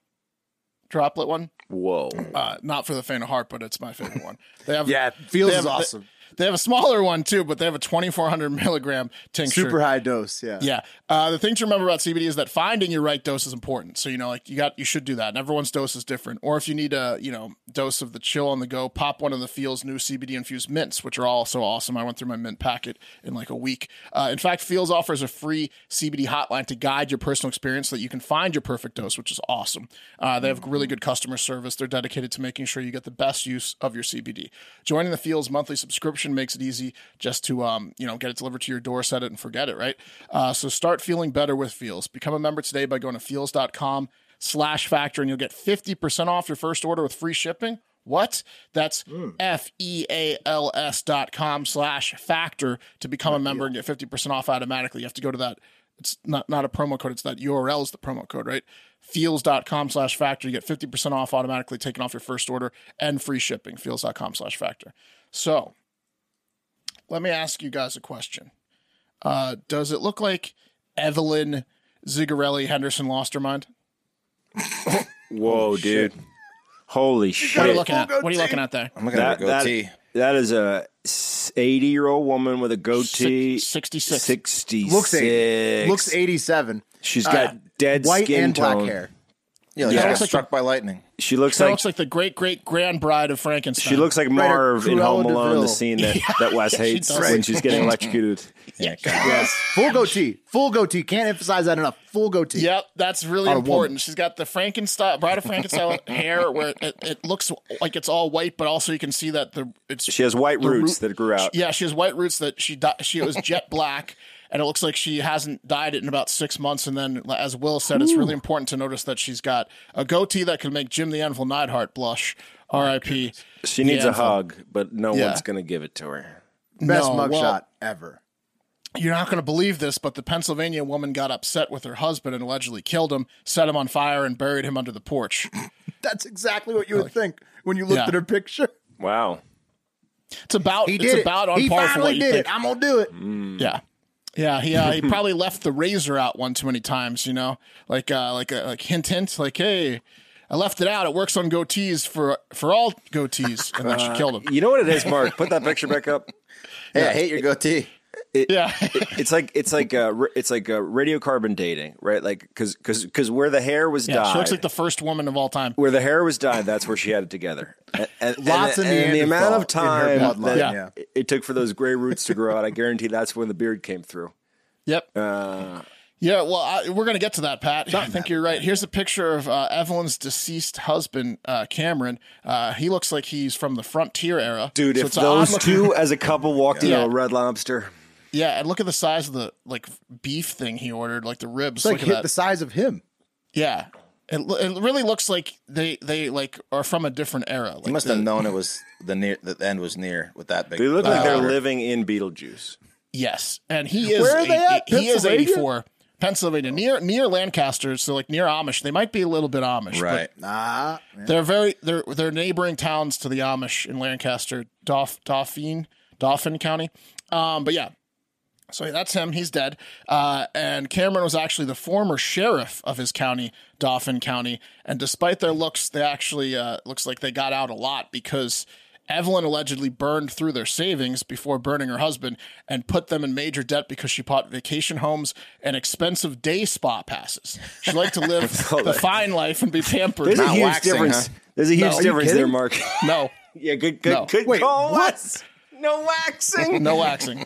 droplet one.
Whoa.
Uh, not for the faint of heart, but it's my favorite one. They
*laughs*
have
Yeah, feels
they
is
have-
awesome.
They have a smaller one too, but they have a 2,400 milligram tincture.
Super high dose. Yeah.
Yeah. Uh, the thing to remember about CBD is that finding your right dose is important. So, you know, like you got, you should do that. And everyone's dose is different. Or if you need a, you know, dose of the chill on the go, pop one of the Feels new CBD infused mints, which are also awesome. I went through my mint packet in like a week. Uh, in fact, Feels offers a free CBD hotline to guide your personal experience so that you can find your perfect dose, which is awesome. Uh, they have really good customer service. They're dedicated to making sure you get the best use of your CBD. Joining the Feels monthly subscription makes it easy just to, um, you know, get it delivered to your door, set it and forget it, right? Uh, so start feeling better with Feels. Become a member today by going to feels.com slash factor and you'll get 50% off your first order with free shipping. What? That's F E A L S dot com slash factor to become a member and get 50% off automatically. You have to go to that. It's not, not a promo code. It's that URL is the promo code, right? Feels.com slash factor. You get 50% off automatically taken off your first order and free shipping. Feels.com slash factor. So let me ask you guys a question. Uh, does it look like Evelyn Zigarelli Henderson lost her mind?
Whoa, dude! Holy shit!
What are you looking at? What are you looking at there?
I'm looking at her goatee.
that is a eighty-year-old woman with a goatee.
Sixty-six.
Sixty-six.
Looks 80, looks 87.
She's
Uh,
got dead
white
skin
and black
tone.
hair.
Yeah, like
Yeah.
yeah.
Looks like
struck by lightning.
She looks
She
like
looks like the great great grand bride of Frankenstein.
she looks like
Right, or
Marv in
Cruella
Home
de
Alone, the
Vil.
scene that,
Yeah,
that Wes
yeah, she
hates
does.
when she's getting electrocuted. Yeah,
Yes. Full goatee. Full goatee. Can't emphasize that enough. Full goatee.
Yep, that's really
On a woman.
important. She's got the Frankenstein bride of Frankenstein *laughs* hair, where it, it looks like it's all white, but also you can see that the it's
She has white
the
roots
root-
that grew out.
Yeah, she has white roots that she di- she was jet black, and it looks like she hasn't dyed it in about six months. And then, as Will said, it's really important to notice that she's got a goatee that could make Jim the Anvil Neidhart blush. R.I.P.
She needs
The
a
Anvil.
hug, but no
Yeah.
one's going to give it to her.
Best
No,
mugshot
well-
ever.
You're not going to believe this, but the Pennsylvania woman got upset with her husband and allegedly killed him, set him on fire, and buried him under the porch.
That's exactly what you would think when you looked
Yeah.
at her picture.
Wow.
It's about
He
it's
did it.
about on
he
par for what
finally
you
did
think.
it. I'm gonna do it.
Yeah. Yeah, he
*laughs*
uh, he probably left the razor out one too many times, you know, like uh, like uh, like hint hint, like hey, I left it out. It works on goatees for for all goatees, and then
*laughs*
she
Uh,
killed him.
You know what it is, Mark? Put that picture back up.
Hey, I hate your goatee.
yeah,
it's like it's like uh, ra- it's like uh, radiocarbon dating, right? Like because because because where the hair was
Yeah,
dyed,
she looks like the first woman of all time.
where the hair was dyed, that's where she had it together. And, and,
Lots
and,
of
and the amount of
Neanderthal in
time
her
that
bloodline, yeah.
it- it took for those gray roots to grow out, I guarantee that's when the beard came through.
Yep.
Uh,
Yeah, well, I, we're going to get to that, Pat. I think you're right. Here's a picture of uh, Evelyn's deceased husband, uh, Cameron. Uh, he looks like he's from the frontier era.
dude,
So
if
it's an odd
those
looking-
*laughs* two as a couple walked
Yeah.
into a Red Lobster,
Yeah, and look at the size of the like beef thing he ordered, like the ribs.
It's like
look
hit
at that.
the size of him.
Yeah. It, lo- it really looks like they they like are from a different era. Like
You must have
the-
known it was the near the end was near with that big.
they look like they're
Wow.
living in Beetlejuice.
Yes, and he is.
Where are
eight-
they at?
He is
Pennsylvania?
eighty four. Pennsylvania, near near Lancaster, so like near Amish. They might be a little bit Amish,
Right.
Nah.
But they're very they're they're neighboring towns to the Amish in Lancaster, Dauph, Dauphin, Dauphin County. Um, but yeah, so that's him. He's dead. Uh, and Cameron was actually the former sheriff of his county, Dauphin County. And despite their looks, they actually uh, looks like they got out a lot because Evelyn allegedly burned through their savings before burning her husband and put them in major debt because she bought vacation homes and expensive day spa passes. She liked to
*laughs*
live the fine life and be pampered.
There's a huge difference. There's a huge
No.
difference
Are you
there,
kidding?
Mark. *laughs*
No,
yeah, good, good,
No.
good
Wait,
call.
what?
Wes. No waxing.
no waxing.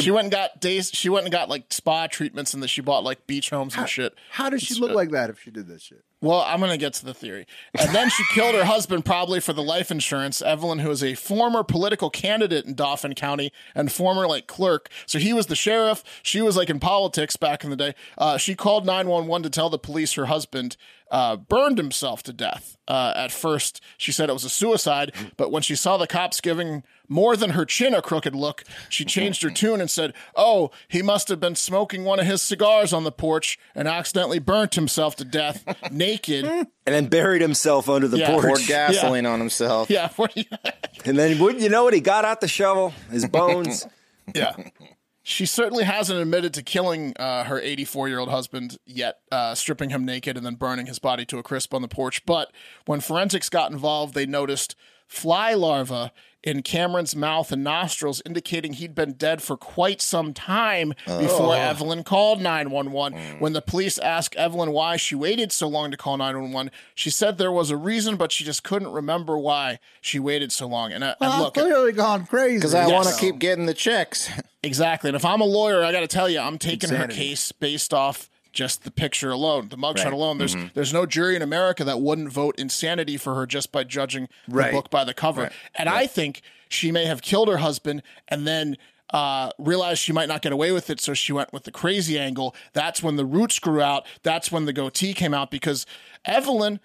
She went and got days. She went and got like spa treatments, and that she bought like beach homes and shit.
How does she look like that if she did this shit?
Well, I'm going to get to the theory. And then she killed her husband, probably for the life insurance. Evelyn, who is a former political candidate in Dauphin County and former like clerk. So he was the sheriff. She was like in politics back in the day. Uh, she called 911 to tell the police her husband uh, burned himself to death. Uh, at first, she said it was a suicide, but when she saw the cops giving more than her chin a crooked look, she changed her tune and said, Oh, he must have been smoking one of his cigars on the porch and accidentally burnt himself to death *laughs* naked. *laughs*
And then buried himself under the
Yeah.
porch.
Poured gasoline on himself.
Yeah, what do you-
And then, wouldn't you know it? He got out the shovel, his bones.
yeah. *laughs* She certainly hasn't admitted to killing uh, her 84 year old husband yet, uh, stripping him naked and then burning his body to a crisp on the porch. But when forensics got involved, they noticed fly larvae in Cameron's mouth and nostrils, indicating he'd been dead for quite some time before Evelyn called 911. When the police asked Evelyn why she waited so long to call 911, she said there was a reason, but she just couldn't remember why she waited so long. And, uh, and
Well, I've
look,
clearly gone crazy.
Because I
Yes.
want to keep getting the checks.
Exactly. And if I'm a lawyer, I got to tell you, I'm taking
Insanity.
her case based off just the picture alone, the mugshot
Right.
alone. There's
Mm-hmm.
there's no jury in America that wouldn't vote insanity for her just by judging
Right.
the book by the cover. And I think she may have killed her husband and then uh, realized she might not get away with it, so she went with the crazy angle. That's when the roots grew out. That's when the goatee came out because Evelyn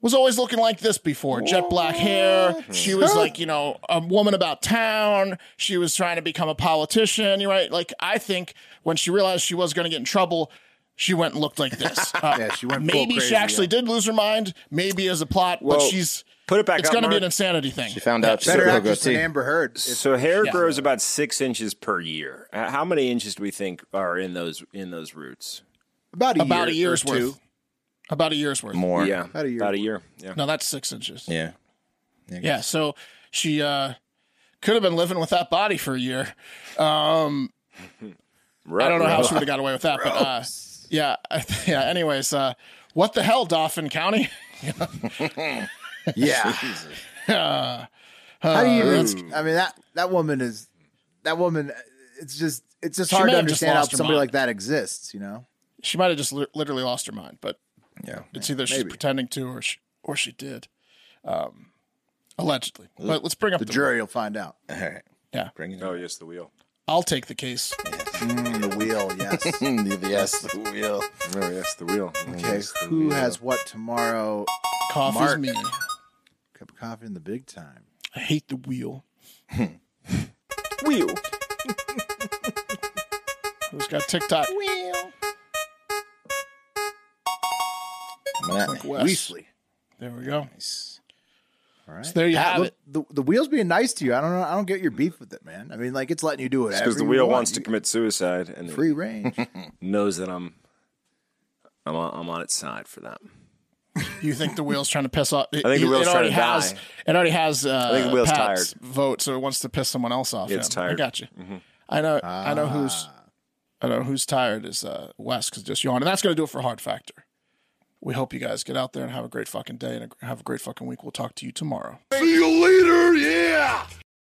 was always looking like this before jet black hair she was like you know a woman about town she was trying to become a politician you're right like i think when she realized she was going to get in trouble she went and looked
*laughs*
like this Uh,
Yeah, she went full
maybe
crazy,
she actually did lose her mind maybe as a plot
Well,
but she's
put it back
it's
up,
going to be
Mark.
an insanity thing she
Found out she's a
Better
real
actress than
goatee.
Amber Heard. If-
So hair grows about six inches per year. Uh, How many inches do we think are in those in those roots?
about a year
about a year's
or two.
*laughs* worth about a year's worth
More.
yeah,
About a year.
Yeah.
no that's six inches
Yeah.
Yeah, so she uh could have been living with that body for a year. Um *laughs* I don't know how she would have got away with that, but uh yeah, yeah, anyways, uh What the hell, Dauphin County? *laughs*
Yeah.
Uh,
How do you?
uh,
even- I mean that that woman is that woman. It's just it's just
She
hard
may
to
have just
understand how
lost her
somebody
mind.
like that exists. You know.
she might have just li- literally lost her mind, but
Yeah,
it's either she's
maybe.
pretending to or she, or she did, um, allegedly. But let's bring up
the, jury. Will find out.
All right.
Yeah.
Bring it
Oh yes, the wheel.
I'll take the case.
Mm, the wheel. *laughs* Yes.
yes, the wheel.
Oh yes, the wheel.
Okay. Who has what tomorrow?
Coffee's
Mark.
me.
Cup of coffee in the big time.
I hate the *laughs* wheel.
wheel?
Who's got TikTok?
Coming at me.
Like Wes.
Weasley.
There we go.
All right.
So there you
Pat,
have
look,
it.
The, the wheel's being nice to you. I don't know. I don't get your beef with it, man. I mean, like it's letting you do it
Because the wheel wants to commit suicide and it
free range.
knows that I'm, I'm on, I'm on its side for that.
You think the wheel's trying to piss off?
think the wheel's trying to
has,
die.
It already has. Uh,
think the wheel's
Pat's Vote, so it wants to piss someone else off.
It's
now. I
tired. Mm-hmm. Ah.
got you. I know. I know who's. I know who's tired is uh, Wes because just yawned, and that's going to do it for Hard Factor. We hope you guys get out there and have a great fucking day and a, have a great fucking week. We'll talk to you tomorrow.
See you later, yeah!